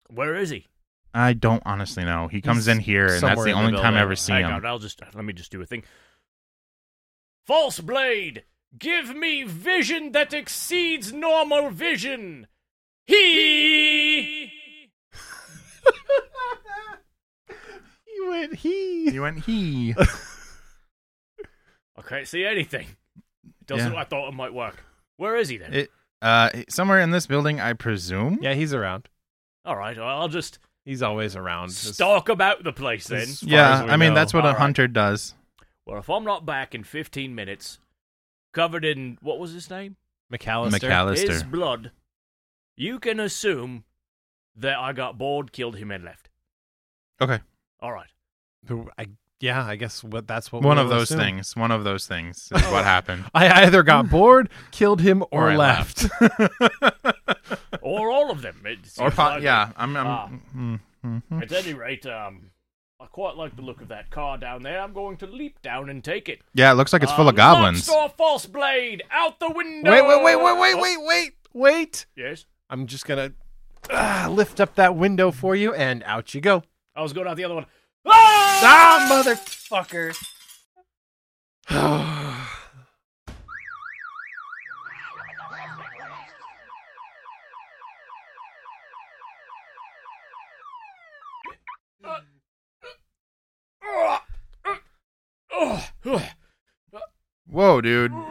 Where is he?
I don't honestly know. He comes in here, and that's
somewhere
the
in the
only time I
building.
ever see
Hang
him.
on, I'll just let me just do a thing. False blade, give me vision that exceeds normal vision. He.
He went, he.
He went he.
I can't see anything. It doesn't.
Yeah.
I thought it might work. Where is he then?
It- uh, somewhere in this building, I presume.
Yeah, he's around.
All right, I'll just
He's always around.
stalk about the place then.
This-
Yeah,
as we
I mean
know.
that's what a
Alright.
hunter does.
Well, if I'm not back in 15 minutes, covered in what was his name?
McAllister.
His
McAllister.
blood. You can assume that I got bored, killed him, and left.
Okay.
All right.
Who- I, yeah, I guess what that's what
One
we
of
will
those
assume.
things. One of those things is what happened.
I either got bored, killed him, or,
Or I
left.
Or all of them. It
or
seems
po-
like-
yeah, I'm. I'm
Ah.
mm, mm, mm.
At any rate, um, I quite like the look of that car down there. I'm going to leap down and take it.
Yeah, it looks like it's full
Uh,
of goblins.
Lobster false blade out the window. Oh,
Wait, wait, wait, wait, wait, wait, wait, wait.
Yes,
I'm just gonna ah, lift up that window for you, and out you go.
I was going out the other one. Ah!
Ah, motherfucker.
Ah! Ugh.
Whoa, dude.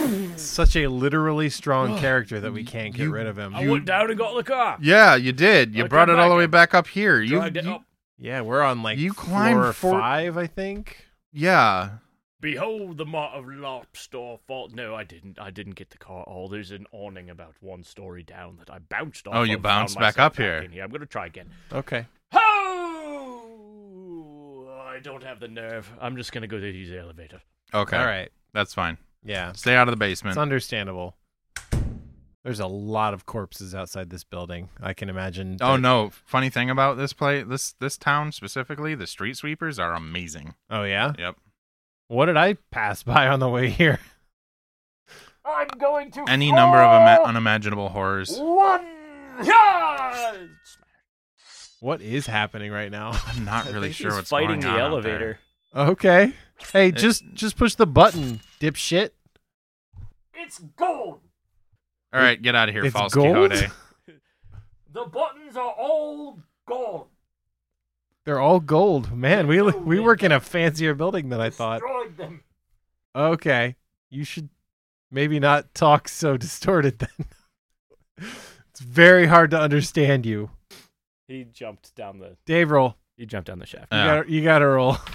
Ah!
Such a literally strong character that we can't get
You-
rid of him.
I went down and got in the car.
Yeah, you did. You
Okay,
brought it all the way
back.
back up here. You,
Dragged it
you-
up.
yeah, we're on like
You
climb
climbed
floor
four-
five, I think.
yeah.
Behold the mart of lobster fault. No, I didn't. I didn't get the car at all. There's an awning about one story down that I bounced off.
Oh, you
of, found
bounced back
myself
up here.
in I'm gonna try again.
Okay.
Oh, I don't have the nerve. I'm just gonna go to these elevator.
Okay.
All right.
That's fine.
Yeah,
Stay out of the
it's
basement.
understandable. There's a lot of corpses outside this building. I can imagine.
oh
that-
no! Funny thing about this play, this this town specifically, the street sweepers are amazing.
Oh yeah.
Yep.
What did I pass by on the way here?
I'm going to
Any number of ima- unimaginable horrors.
one. Yeah!
What is happening right now?
I'm not really sure what's
fighting
going
the
on out
elevator.
Okay. Hey,
It-
just just push the button, dipshit.
It's gold.
there. All right, get out of here,
It's
false
gold?
Quixote.
The buttons are all gold.
They're all gold. Man, we we work in a fancier building than I thought.
Destroyed them.
Okay. You should maybe not talk so distorted then. It's very hard to understand you.
He jumped down the
Dave roll.
he jumped down the shaft.
You
Yeah.
got you got to roll.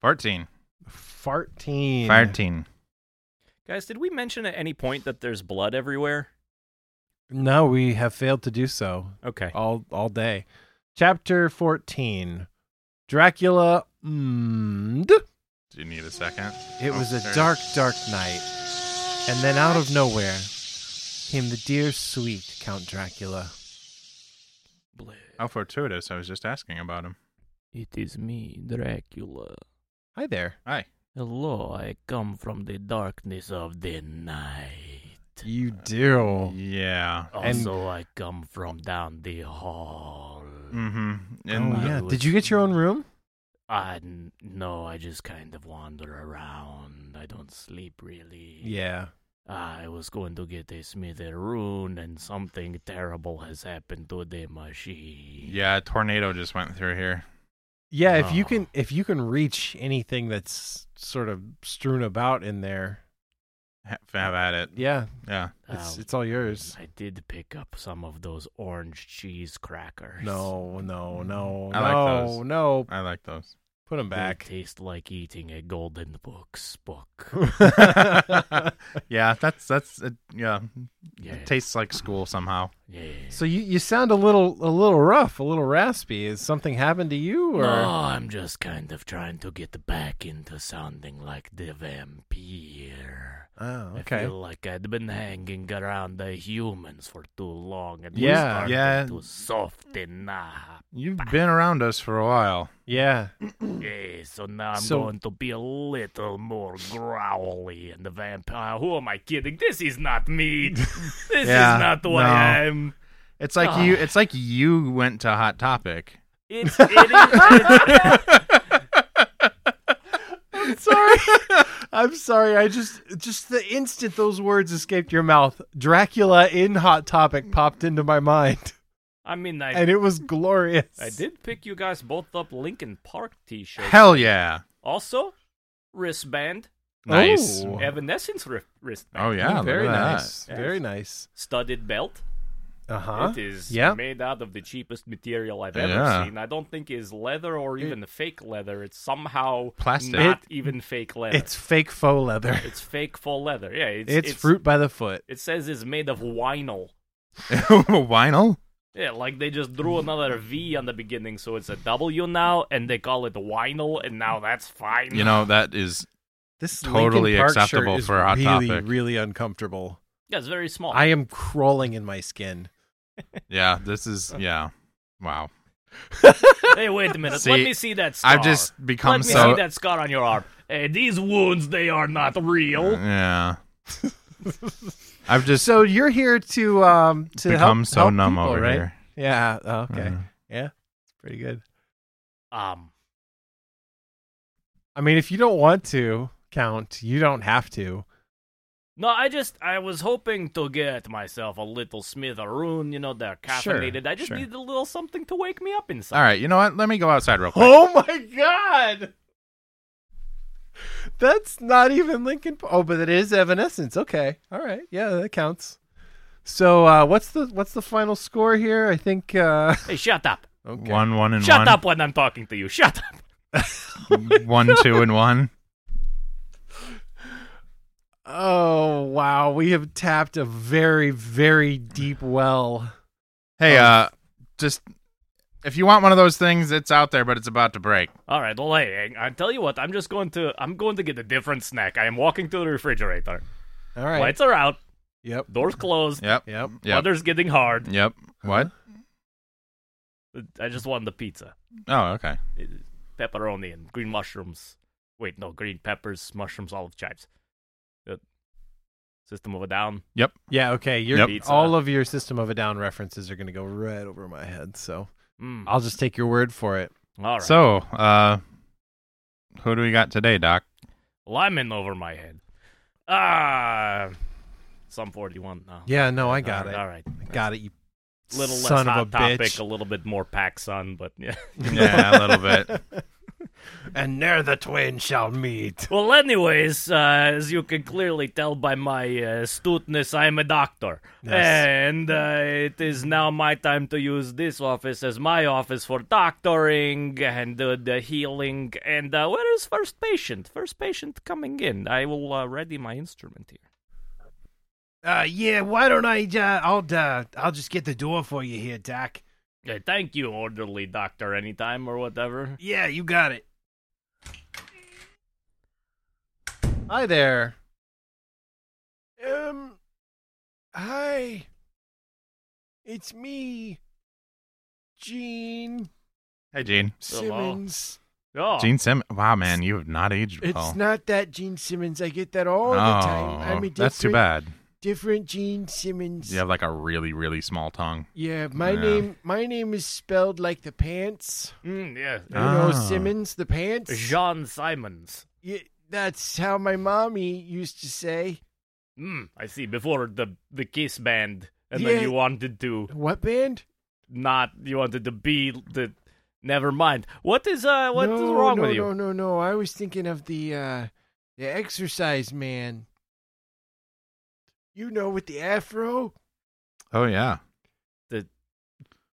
14.
Farteen.
14.
Guys, did we mention at any point that there's blood everywhere?
No, we have failed to do so.
Okay.
all all day. Chapter 14. Dracula. Mm,
Do you need a second?
it
Oh,
was
there
a dark, dark night. And then out of nowhere came the dear, sweet Count Dracula.
How fortuitous. I was just asking about him.
It is me, Dracula.
Hi there.
Hi.
Hello, I come from the darkness of the night.
You do.
Yeah.
And-
Also, I come from down the hall.
Mm.
Mm-hmm. And
Oh,
I
yeah.
was-
Did you get your own room?
I n- no, I just kind of wander around. I don't sleep really.
Yeah.
I was going to get a smitheroon, and something terrible has happened to the machine.
yeah, a tornado just went through here.
Yeah, if you
Oh.
can if you can reach anything that's sort of strewn about in there.
Have, have at it.
Yeah,
Yeah.
it's
Um,
it's all yours.
I did pick up some of those orange cheese crackers.
No, no, no,
I like
no,
those.
no.
I like those.
Put them
They
back.
taste like eating a golden book's book.
yeah, that's that's uh, yeah.
yeah,
It tastes like school somehow.
yeah.
So you, you sound a little a little rough, a little raspy. Has something happened to you or
No, I'm just kind of trying to get back into sounding like the vampire.
Oh,
I
okay.
feel like I'd been hanging around the humans for too long, and
Yeah,
we started
yeah.
to soften up.
You've been around us for a while.
Yeah.
Yeah, so now I'm
So-
going to be a little more growly and the vampire. Who am I kidding? This is not me. This
Yeah,
is not what
no.
I am.
It's like you.
Ah.
It's like you went to Hot Topic.
It's, it is. It's,
Sorry. I'm sorry. I just just the instant those words escaped your mouth, Dracula in Hot Topic popped into my mind.
I mean, I,
And it was glorious.
I did pick you guys both up Lincoln Park t shirts.
Hell yeah!
Also, wristband,
Nice.
Oh.
Evanescence wri- wristband,
Oh yeah,
Very
look at that.
nice. Very nice.
studded belt.
Uh huh.
It is
Yeah.
made out of the cheapest material I've ever
Yeah.
seen. I don't think is leather or even fake leather. It's somehow
Plastic.
not even fake leather.
It's fake faux leather.
It's fake full leather. Yeah, it's,
It's, fruit by the foot.
It says it's made of vinyl.
Vinyl.
Yeah, like they just drew another V on the beginning, so it's a W now, and they call it vinyl, and now that's fine.
You know that is
This
Totally
Linkin Park shirt
acceptable
is
for Hot
really,
Topic.
Really uncomfortable.
yeah, it's very small.
I am crawling in my skin.
yeah. This is yeah. Wow.
hey, wait a minute. Let
See,
me see that scar.
I've just become
Let me
so
see that scar on your arm. Hey, these wounds, they are not
Mm.
real.
yeah. I've just
So you're here to um to help-
become so
help
numb
people,
over
right?
here.
Yeah. oh, okay.
Mhm.
Yeah. It's pretty good.
Um,
I mean, if you don't want to count, you don't have to.
no, I just I was hoping to get myself a little smitheroon. You know, they're
Sure,
caffeinated. I just
sure.
need a little something to wake me up inside.
All right. You know what? Let me go outside real quick.
Oh my god. That's not even Lincoln. Pa- Oh, but it is Evanescence. Okay. All right. Yeah, that counts. So, uh, what's the what's the final score here? I think uh
Hey, shut up.
okay.
One, one, and
Shut
one.
up when I'm talking to you. Shut up.
One, two, and one.
Oh, wow. We have tapped a very very deep well.
Hey, uh, just if you want one of those things, it's out there, but it's about to break.
All right, well, hey, I I tell you what, I'm just going to, I'm going to get a different snack. I am walking to the refrigerator.
All right.
Lights are out,
Yep.
doors closed,
Yep.
Yep.
Yep.
weather's getting hard.
Yep. What?
I just wanted the pizza,
Oh, okay.
pepperoni and green mushrooms. Wait, no, green peppers, mushrooms, olive chives. Uh, System of a Down.
Yeah, okay. Your
Yep.
Pizza.
all of your system of a down references are going to go right over my head, so
Mm.
I'll just take your word for it.
All right,
So, uh, who do we got today, Doc?
lemon over my head. Ah, some 41 now.
Yeah, no, I got it.
All right,
I got it. You
little less
son
hot
of a
topic,
bitch.
a little bit more pack sun, but yeah.
Yeah, a little bit.
And there the twain shall meet.
Well, anyways, uh, as you can clearly tell by my uh, astuteness, I am a doctor. And uh, it is now my time to use this office as my office for doctoring and uh, the healing. And uh, where is first patient? First patient coming in. I will uh, ready my instrument here.
Uh, yeah, why don't I, uh, I'll, uh, I'll just get the door for you here, Doc.
Okay, thank you, orderly doctor, anytime or whatever.
Yeah, you got it.
Hi there.
Um, hi. It's me, Gene
Hey, Gene.
Hello.
Simmons.
Oh,
Gene Simmons. Wow, man, you have not aged
It's
well.
not that Gene Simmons. I get that all the time. I'm a different,
Oh, that's too bad.
Different Gene Simmons.
You have like a really, really small tongue.
Yeah, my
Yeah.
name my name is spelled like the pants.
mm, yeah.
You know,
Ah.
Simmons, the pants.
Jean Simons.
Yeah, that's how my mommy used to say.
Mm, I see. Before the the Kiss band, and then
Yeah.
you wanted to
What band?
not. You wanted to be the. Never mind. What is uh? What's
no,
wrong
no,
with you?
No, no, no. I was thinking of the uh the exercise man. You know with the afro?
Oh yeah,
Did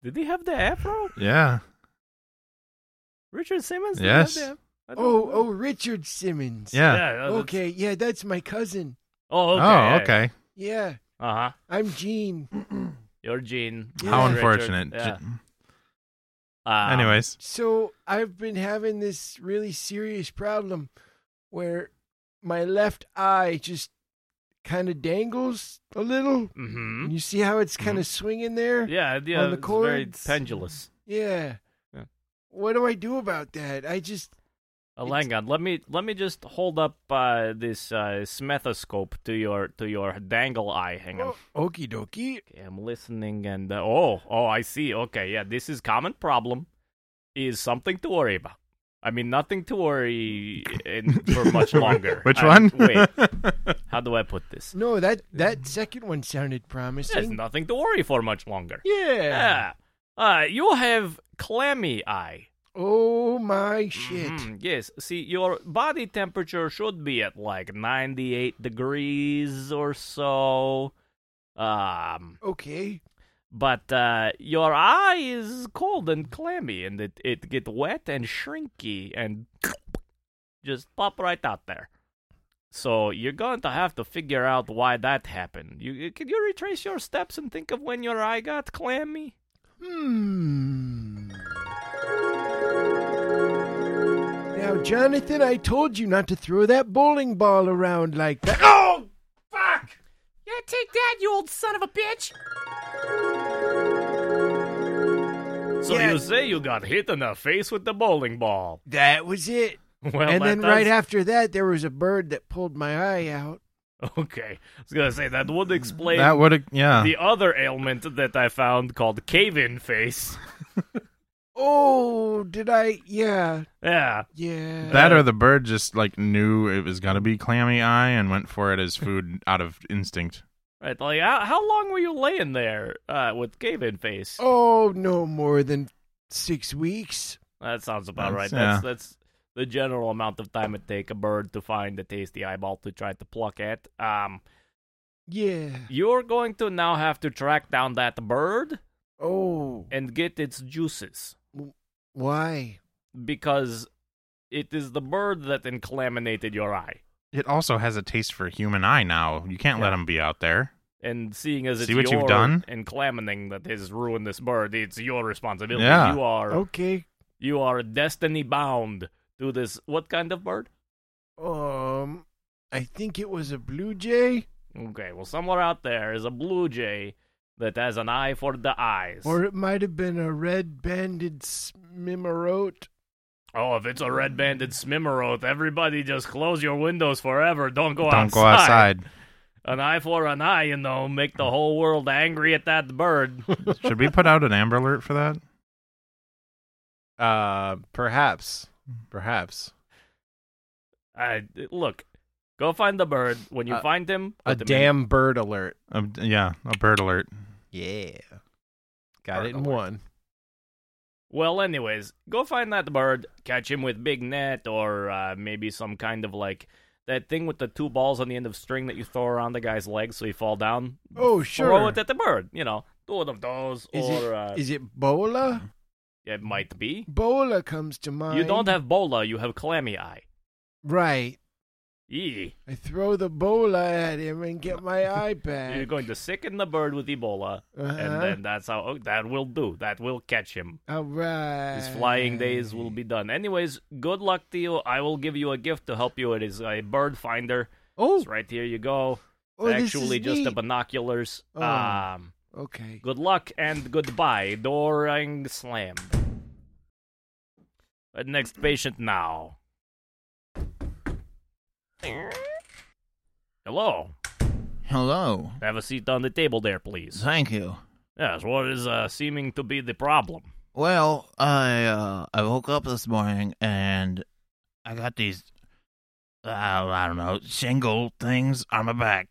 they have the afro?
yeah.
Richard Simmons? Did
Yes.
They have the afro?
Oh, oh, Richard Simmons.
Yeah.
Yeah, that's-
Okay, yeah, that's my cousin.
Oh, okay.
oh, okay.
Yeah,
Uh huh.
I'm Gene.
Your Gene.
How
Richard,
unfortunate.
yeah.
J-
Um,
Anyways,
So I've been having this really serious problem where my left eye just kind of dangles a little.
mhm.
You see how it's kind of swinging there?
Yeah, yeah.
On the
it's very
chords.
pendulous.
Yeah.
Yeah.
What do I do about that? I just
Uh, Langan, let me let me just hold up uh, this uh, smethoscope to your to your dangle eye. Hang on.
oh, okie dokie.
Okay, I'm listening, and uh, oh, oh, I see. Okay, yeah, this is common problem. Is something to worry about. I mean, nothing to worry in for much longer.
which
I-
one?
wait, how do I put this?
No, that that second one
There's
sounded promising.
nothing to worry for much longer.
yeah.
Yeah. Uh, you have clammy eye.
Oh my shit.
Mhm, Yes. See, your body temperature should be at like 98 degrees or so. Um,
Okay.
but uh, your eye is cold and clammy, and it it get wet and shrinky and just pop right out there. So you're going to have to figure out why that happened. You- You can you retrace your steps and think of when your eye got clammy?
Hmm. Now, Jonathan, I told you not to throw that bowling ball around like that. Oh, fuck!
Yeah, take that, you old son of a bitch! So
Yeah.
you say you got hit in the face with the bowling ball?
That was it.
Well,
and
that
then right
does-
after that, there was a bird that pulled my eye out.
Okay, I was gonna say that would explain
that would yeah.
the other ailment that I found called cave-in face.
Oh, did I? Yeah,
Yeah,
yeah.
that
uh,
or the bird just like knew it was gonna be clammy eye and went for it as food out of instinct.
right. Like, how, how long were you laying there uh, with cave-in face?
oh, no more than six weeks.
That sounds about
That's-
right.
yeah.
That's that's the general amount of time it take a bird to find a tasty eyeball to try to pluck at. Um,
Yeah.
You're going to now have to track down that bird
Oh,
and get its juices
why?
because it is the bird that inclaminated your eye.
It also has a taste for human eye now. You can't let
Yeah.
'em let them be out there.
And seeing as it's
See what
your
you've done?
inclamining that has ruined this bird, it's your responsibility.
Yeah.
You are
Okay.
you are destiny bound to this. What kind of bird?
Um, I think it was a blue jay.
Okay, well, somewhere out there is a blue jay that has an eye for the eyes.
Or it might have been a red banded smimmerote.
oh, if it's a red banded smimmeroth, everybody just close your windows forever. Don't go
Don't
outside.
go outside.
An eye for an eye, you know, make the whole world angry at that bird.
Should we put out an amber alert for that?
Uh, perhaps, perhaps
I, look, go find the bird. When you
Uh,
find him,
a
put him in.
damn bird alert.
Um, yeah, a bird alert.
Yeah, got
Bird
it in
alert.
one.
Well, anyways, go find that bird, catch him with big net or uh, maybe some kind of like that thing with the two balls on the end of string that you throw around the guy's legs so he fall down.
Oh, sure.
Throw it at the bird. You know, two of those,
Is
or
it-
uh,
Is it Bola?
it might be.
Bola comes to mind.
You don't have bola, you have clammy eye.
Right.
Eee.
I throw the Bola at him and get my eye back.
You're going to sicken the bird with Ebola,
Uh-huh.
and then that's how oh, that will do. That will catch him.
All right.
His flying days will be done. Anyways, good luck to you. I will give you a gift to help you. It is a bird finder.
Oh,
It's right here. You go.
oh
It's
this is
actually just the
neat.
binoculars.
Oh.
Um,
Okay.
good luck and goodbye. Doring slam. Uh, Next patient now. Hello.
Hello.
Have a seat on the table there, please.
Thank you.
Yes, what is uh, seeming to be the problem?
Well, I uh, I woke up this morning and I got these uh, I don't know shingle things on my back,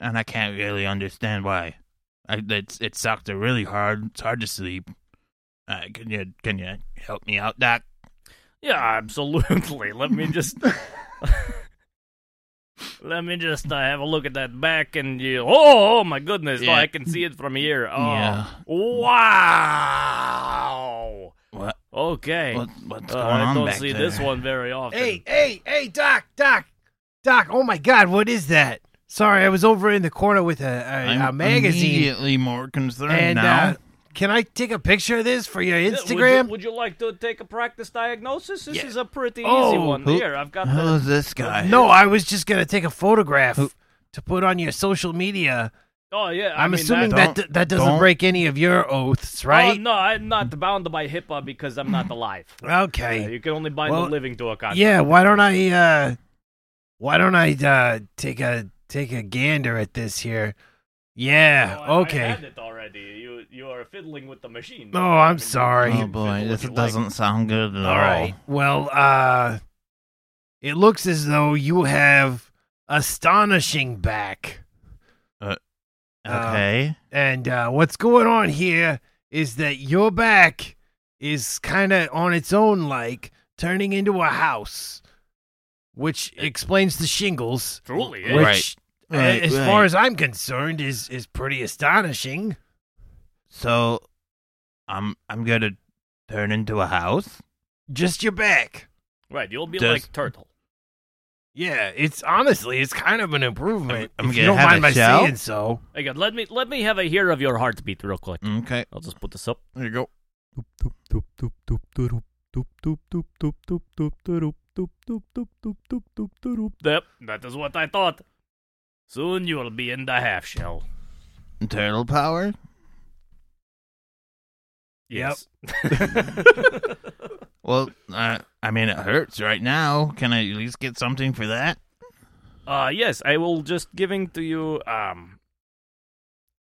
and I can't really understand why. I it's it sucked really hard. It's hard to sleep. Uh, can you can you help me out, Doc?
Yeah, absolutely. Let me just let me just uh, have a look at that back and you. Oh, oh my goodness! Oh,
Yeah.
I can see it from here. Oh,
Yeah.
wow.
What
Okay.
what what's
Uh,
going
I
on
don't
back
see
there?
this one very often. Uh,
Hey, hey, hey, Doc, Doc, Doc. Oh my God, what is that? Sorry, I was over in the corner with a,
I'm
a, a magazine.
immediately more concerned
And
now.
uh, can I take a picture of this for your
Yeah, would you-
Instagram?
Would you, like to take a practice diagnosis? This
Yeah.
is a pretty easy
Oh,
one.
who-
Here, I've got the.
Who's this guy?
no, I was just gonna take a photograph
Who-
to put on your social media.
Oh yeah, I
I'm
mean,
assuming
that-
that
Don't-
that, that doesn't
don't-
break any of your oaths, right?
Oh, no, I'm not bound by HIPAA because I'm not alive. Yeah,
Okay.
you can only bind
Well,
the living to a contract.
Yeah. Why don't I? uh Why don't I uh take a take a gander at this here? Yeah.
Oh, I- I
Uh, okay.
had it already. You you are fiddling with the machine.
Oh, I'm
Oh
sorry.
boy,
Fiddle
this
what you like.
doesn't sound good at all.
All right. Well, uh it looks as though you have astonishing back. Uh,
Okay.
And uh what's going on here is that your back is kind of on its own like turning into a house, which explains the shingles,
Truly, eh?
which uh,
Right,
as
right.
far as I'm concerned is is pretty astonishing.
So, I'm I'm gonna turn into a house.
Just your back.
right. You'll be
Does-
like turtle.
Yeah, it's honestly it's kind of an improvement.
I'm- I'm
if you don't
gonna have
mind
a
my
shell?
saying so.
Hey, God, let me let me have a hear of your heartbeat real quick.
Okay,
I'll just put this up.
there you go.
Yep, that is what I thought. Soon you will be in the half shell.
Turtle power.
Yes.
Well, uh, I mean, it hurts right now. Can I at least get something for that?
Uh yes, I will just giving to you um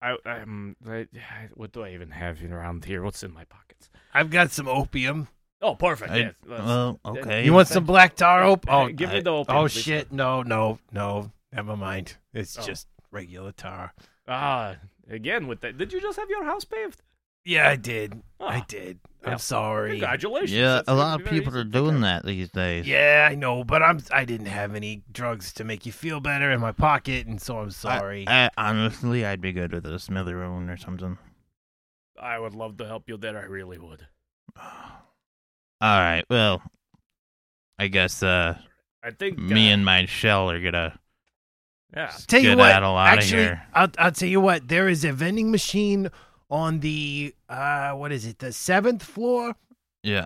I um I, what do I even have around here? What's in my pockets?
I've got some opium.
Oh, perfect.
I- uh,
yes. let's-
well, okay.
You want some black tar op?
Uh,
Oh,
give
I-
me the open.
oh
please.
shit! No, no, no. Never mind. It's
Oh.
just regular tar.
Ah, again with that. Did you just have your house paved?
Yeah, I did. I
Ah,
did.
Yeah.
I'm sorry.
Congratulations.
Yeah,
That's
a
gonna
lot
be
of
very
people
easy
are
to
doing
carry.
that these days.
Yeah, I know, but I'm. I didn't have any drugs to make you feel better in my pocket, and so I'm sorry.
I, honestly, I'd be good with a smitheroon or something.
I would love to help you there. I really would.
All right. Well, I guess uh,
I think
me
uh,
and my shell are gonna
yeah.
tell you what,
skedaddle outta
actually,
here.
I'll, I'll tell you what. There is a vending machine on the uh, what is it? The seventh floor.
Yeah.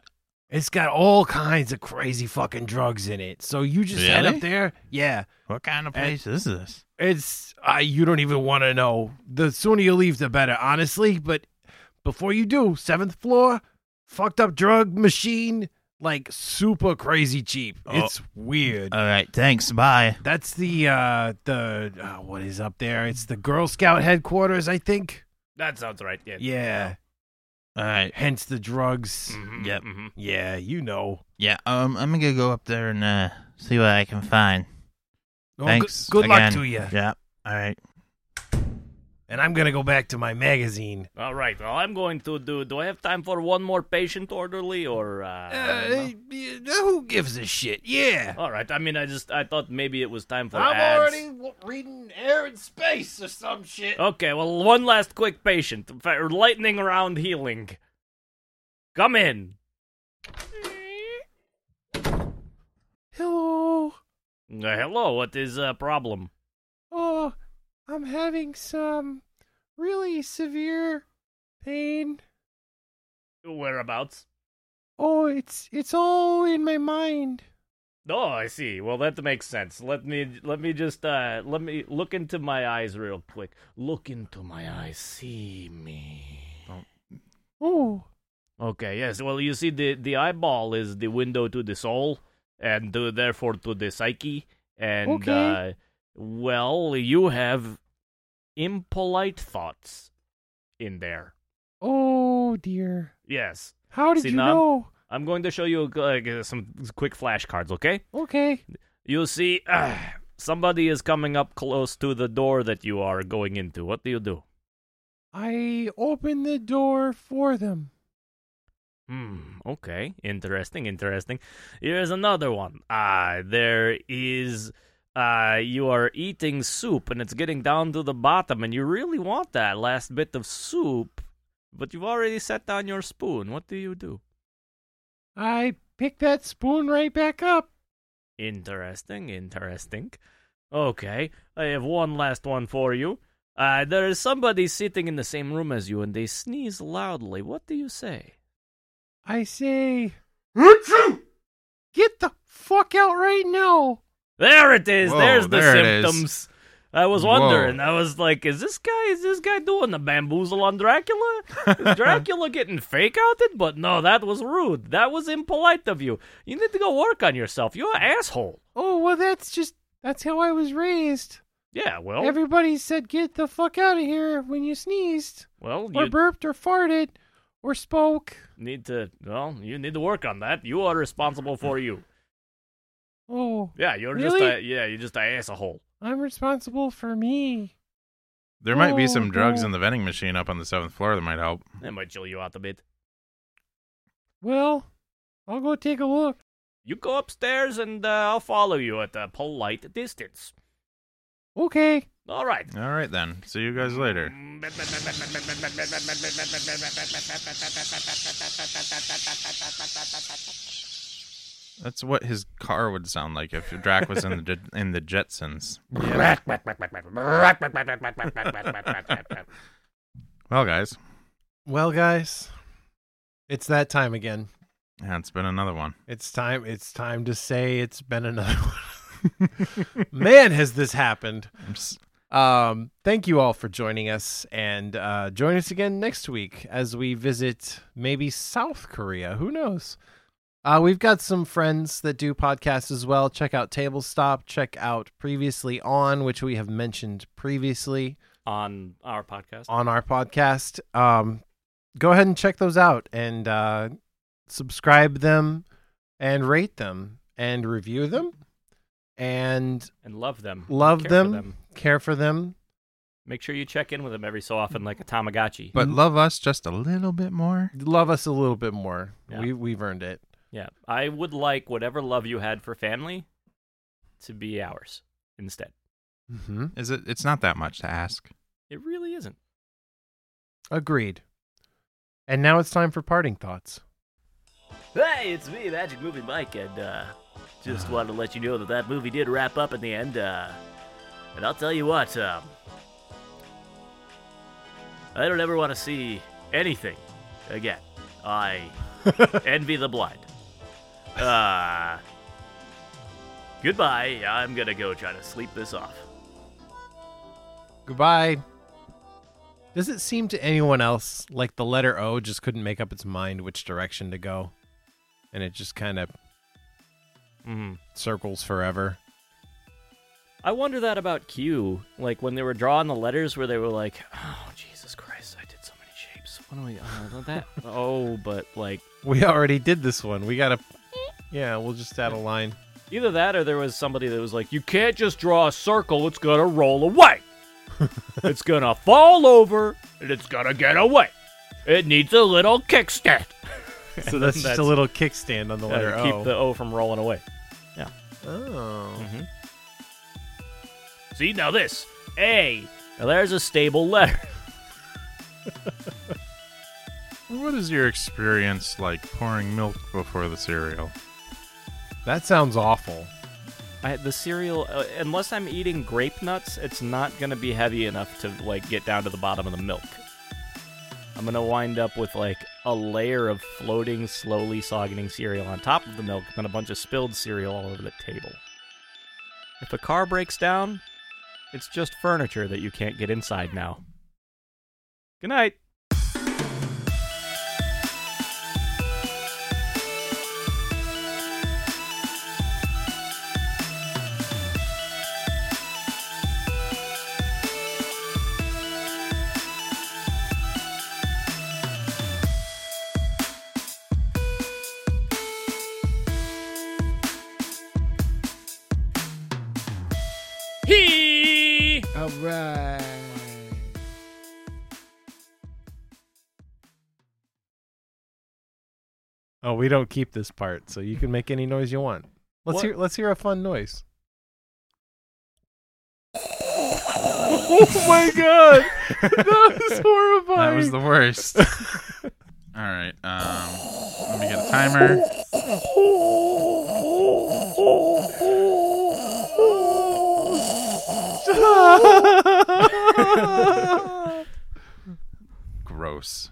It's got all kinds of crazy fucking drugs in it. So you just head
Really?
up there. Yeah.
What kind of
And-
place is this?
It's uh, you don't even want to know. The sooner you leave, the better, honestly. But before you do, seventh floor, fucked up drug machine, like super crazy cheap.
Oh.
It's weird.
All right. Thanks. Bye.
That's the uh the uh, what is up there? It's the Girl Scout headquarters, I think.
That sounds right. Yeah.
Yeah.
All right.
Hence the drugs.
Mhm,
Yep.
mhm.
Yeah, you know.
Yeah, um, I'm gonna go up there and uh, see what I can find.
Well, good-
Thanks.
good
again.
luck to you.
Yeah. All right.
And I'm gonna go back to my magazine.
All right. Well, I'm going to do. Do I have time for one more patient orderly or? Uh, I don't know.
Uh, y- who gives a shit? Yeah.
all right. I mean, I just I thought maybe it was time for
I'm
ads.
already w- reading Air and Space or some shit.
Oh.
Okay. Well, one last quick patient. In fact, Lightning round healing. Come in.
Hello.
Uh, hello. What is uh, problem?
Oh, I'm having some really severe pain.
Whereabouts?
Oh, it's it's all in my mind.
Oh, I see. Well, that makes sense. Let me let me just uh let me look into my eyes real quick. Look into my eyes. See me.
Oh,
Okay, yes. Well, you see, the, the eyeball is the window to the soul, and to, therefore to the psyche. And,
Okay.
uh, well, you have impolite thoughts in there.
Oh dear.
Yes.
How did
See,
you
now I'm-
know?
I'm going to show you uh, some quick flashcards, okay?
Okay.
You see, uh, somebody is coming up close to the door that you are going into. What do you do?
I opened the door for them.
Hmm. Okay. Interesting. Interesting. Here's another one. Ah, there is. Uh, you are eating soup and it's getting down to the bottom, and you really want that last bit of soup, but you've already set down your spoon. What do you do?
I picked that spoon right back up.
Interesting. Interesting. Okay. I have one last one for you. Uh, there is somebody sitting in the same room as you, and they sneeze loudly. What do you say?
I say, get the fuck out right now.
There it is.
Whoa,
There's the
there it is.
symptoms. I was
Whoa.
wondering. I was like, is this guy is this guy doing the bamboozle on Dracula? Is Dracula getting fake outed? But no, that was rude. That was impolite of you. You need to go work on yourself. You're an asshole.
Oh, well, that's just, that's how I was raised.
Yeah, well,
Everybody said, get the fuck out of here when you sneezed,
well,
or
you
burped, or farted, or spoke.
need to well, you need to work on that. You are responsible for you.
Oh,
Yeah, you're just a
Really?
yeah, you're just a asshole.
I'm responsible for me.
There might be
Oh,
some drugs
God.
in the vending machine up on the seventh floor that might help.
That might chill you out a bit.
Well, I'll go take a look.
You go upstairs and uh, I'll follow you at a polite distance.
Okay.
All right.
All right then. See you guys later. That's what his car would sound like if Drac was in the in the Jetsons. well, guys,
Well, guys, it's that time again.
yeah, it's been another one.
It's time. It's time to say it's been another one. Man, has this happened.
I'm s-
Um, thank you all for joining us, and uh, join us again next week as we visit maybe South Korea. Who knows? Uh, we've got some friends that do podcasts as well. Check out Table Stop. Check out Previously On, which we have mentioned previously
on our podcast.
on our podcast. Um, go ahead and check those out and uh, subscribe them and rate them and review them and
and love them.
love
Care for
them,
them.
care for them.
Make sure you check in with them every so often, like a Tamagotchi.
But love us just a little bit more.
Love us a little bit more.
Yeah.
We we've earned it.
yeah, I would like whatever love you had for family to be ours instead.
Mm-hmm.
Is it? It's not that much to ask.
It really isn't.
Agreed. And now it's time for parting thoughts.
Hey, it's me, Magic Movie Mike, and uh, just
Uh-huh.
wanted to let you know that that movie did wrap up in the end. Uh, and I'll tell you what, um, I don't ever want to see anything again. I envy the blind. Uh, goodbye. I'm gonna go try to sleep this off.
Goodbye. Does it seem to anyone else like the letter O just couldn't make up its mind which direction to go? And it just kind of Mm-hmm. circles forever.
I wonder that about Q. Like when they were drawing the letters, where they were like, "Oh Jesus Christ, I did so many shapes. What do we? Uh, that? oh, but like
We already did this one. We gotta. Yeah, we'll just add a line.
either that or there was somebody that was like, "You can't just draw a circle. It's gonna roll away. it's gonna fall over, and it's gonna get away. It needs a little kickstand."
So that's, just a little kickstand on the
Uh,
letter
keep
O.
the O from rolling away.
oh.
See now this A. Now there's a stable letter.
What is your experience like pouring milk before the cereal?
That sounds awful.
I, the cereal, uh, unless I'm eating grape nuts, it's not gonna be heavy enough to like get down to the bottom of the milk. I'm gonna wind up with like a layer of floating, slowly soggening cereal on top of the milk, and then a bunch of spilled cereal all over the table. If a car breaks down, it's just furniture that you can't get inside now. Good night.
All right.
Oh, we don't keep this part, so you can make any noise you want. Let's
What?
hear let's hear a fun noise.
Oh my god, that was horrifying.
That was the worst. All right. Um, let me get a timer. Gross.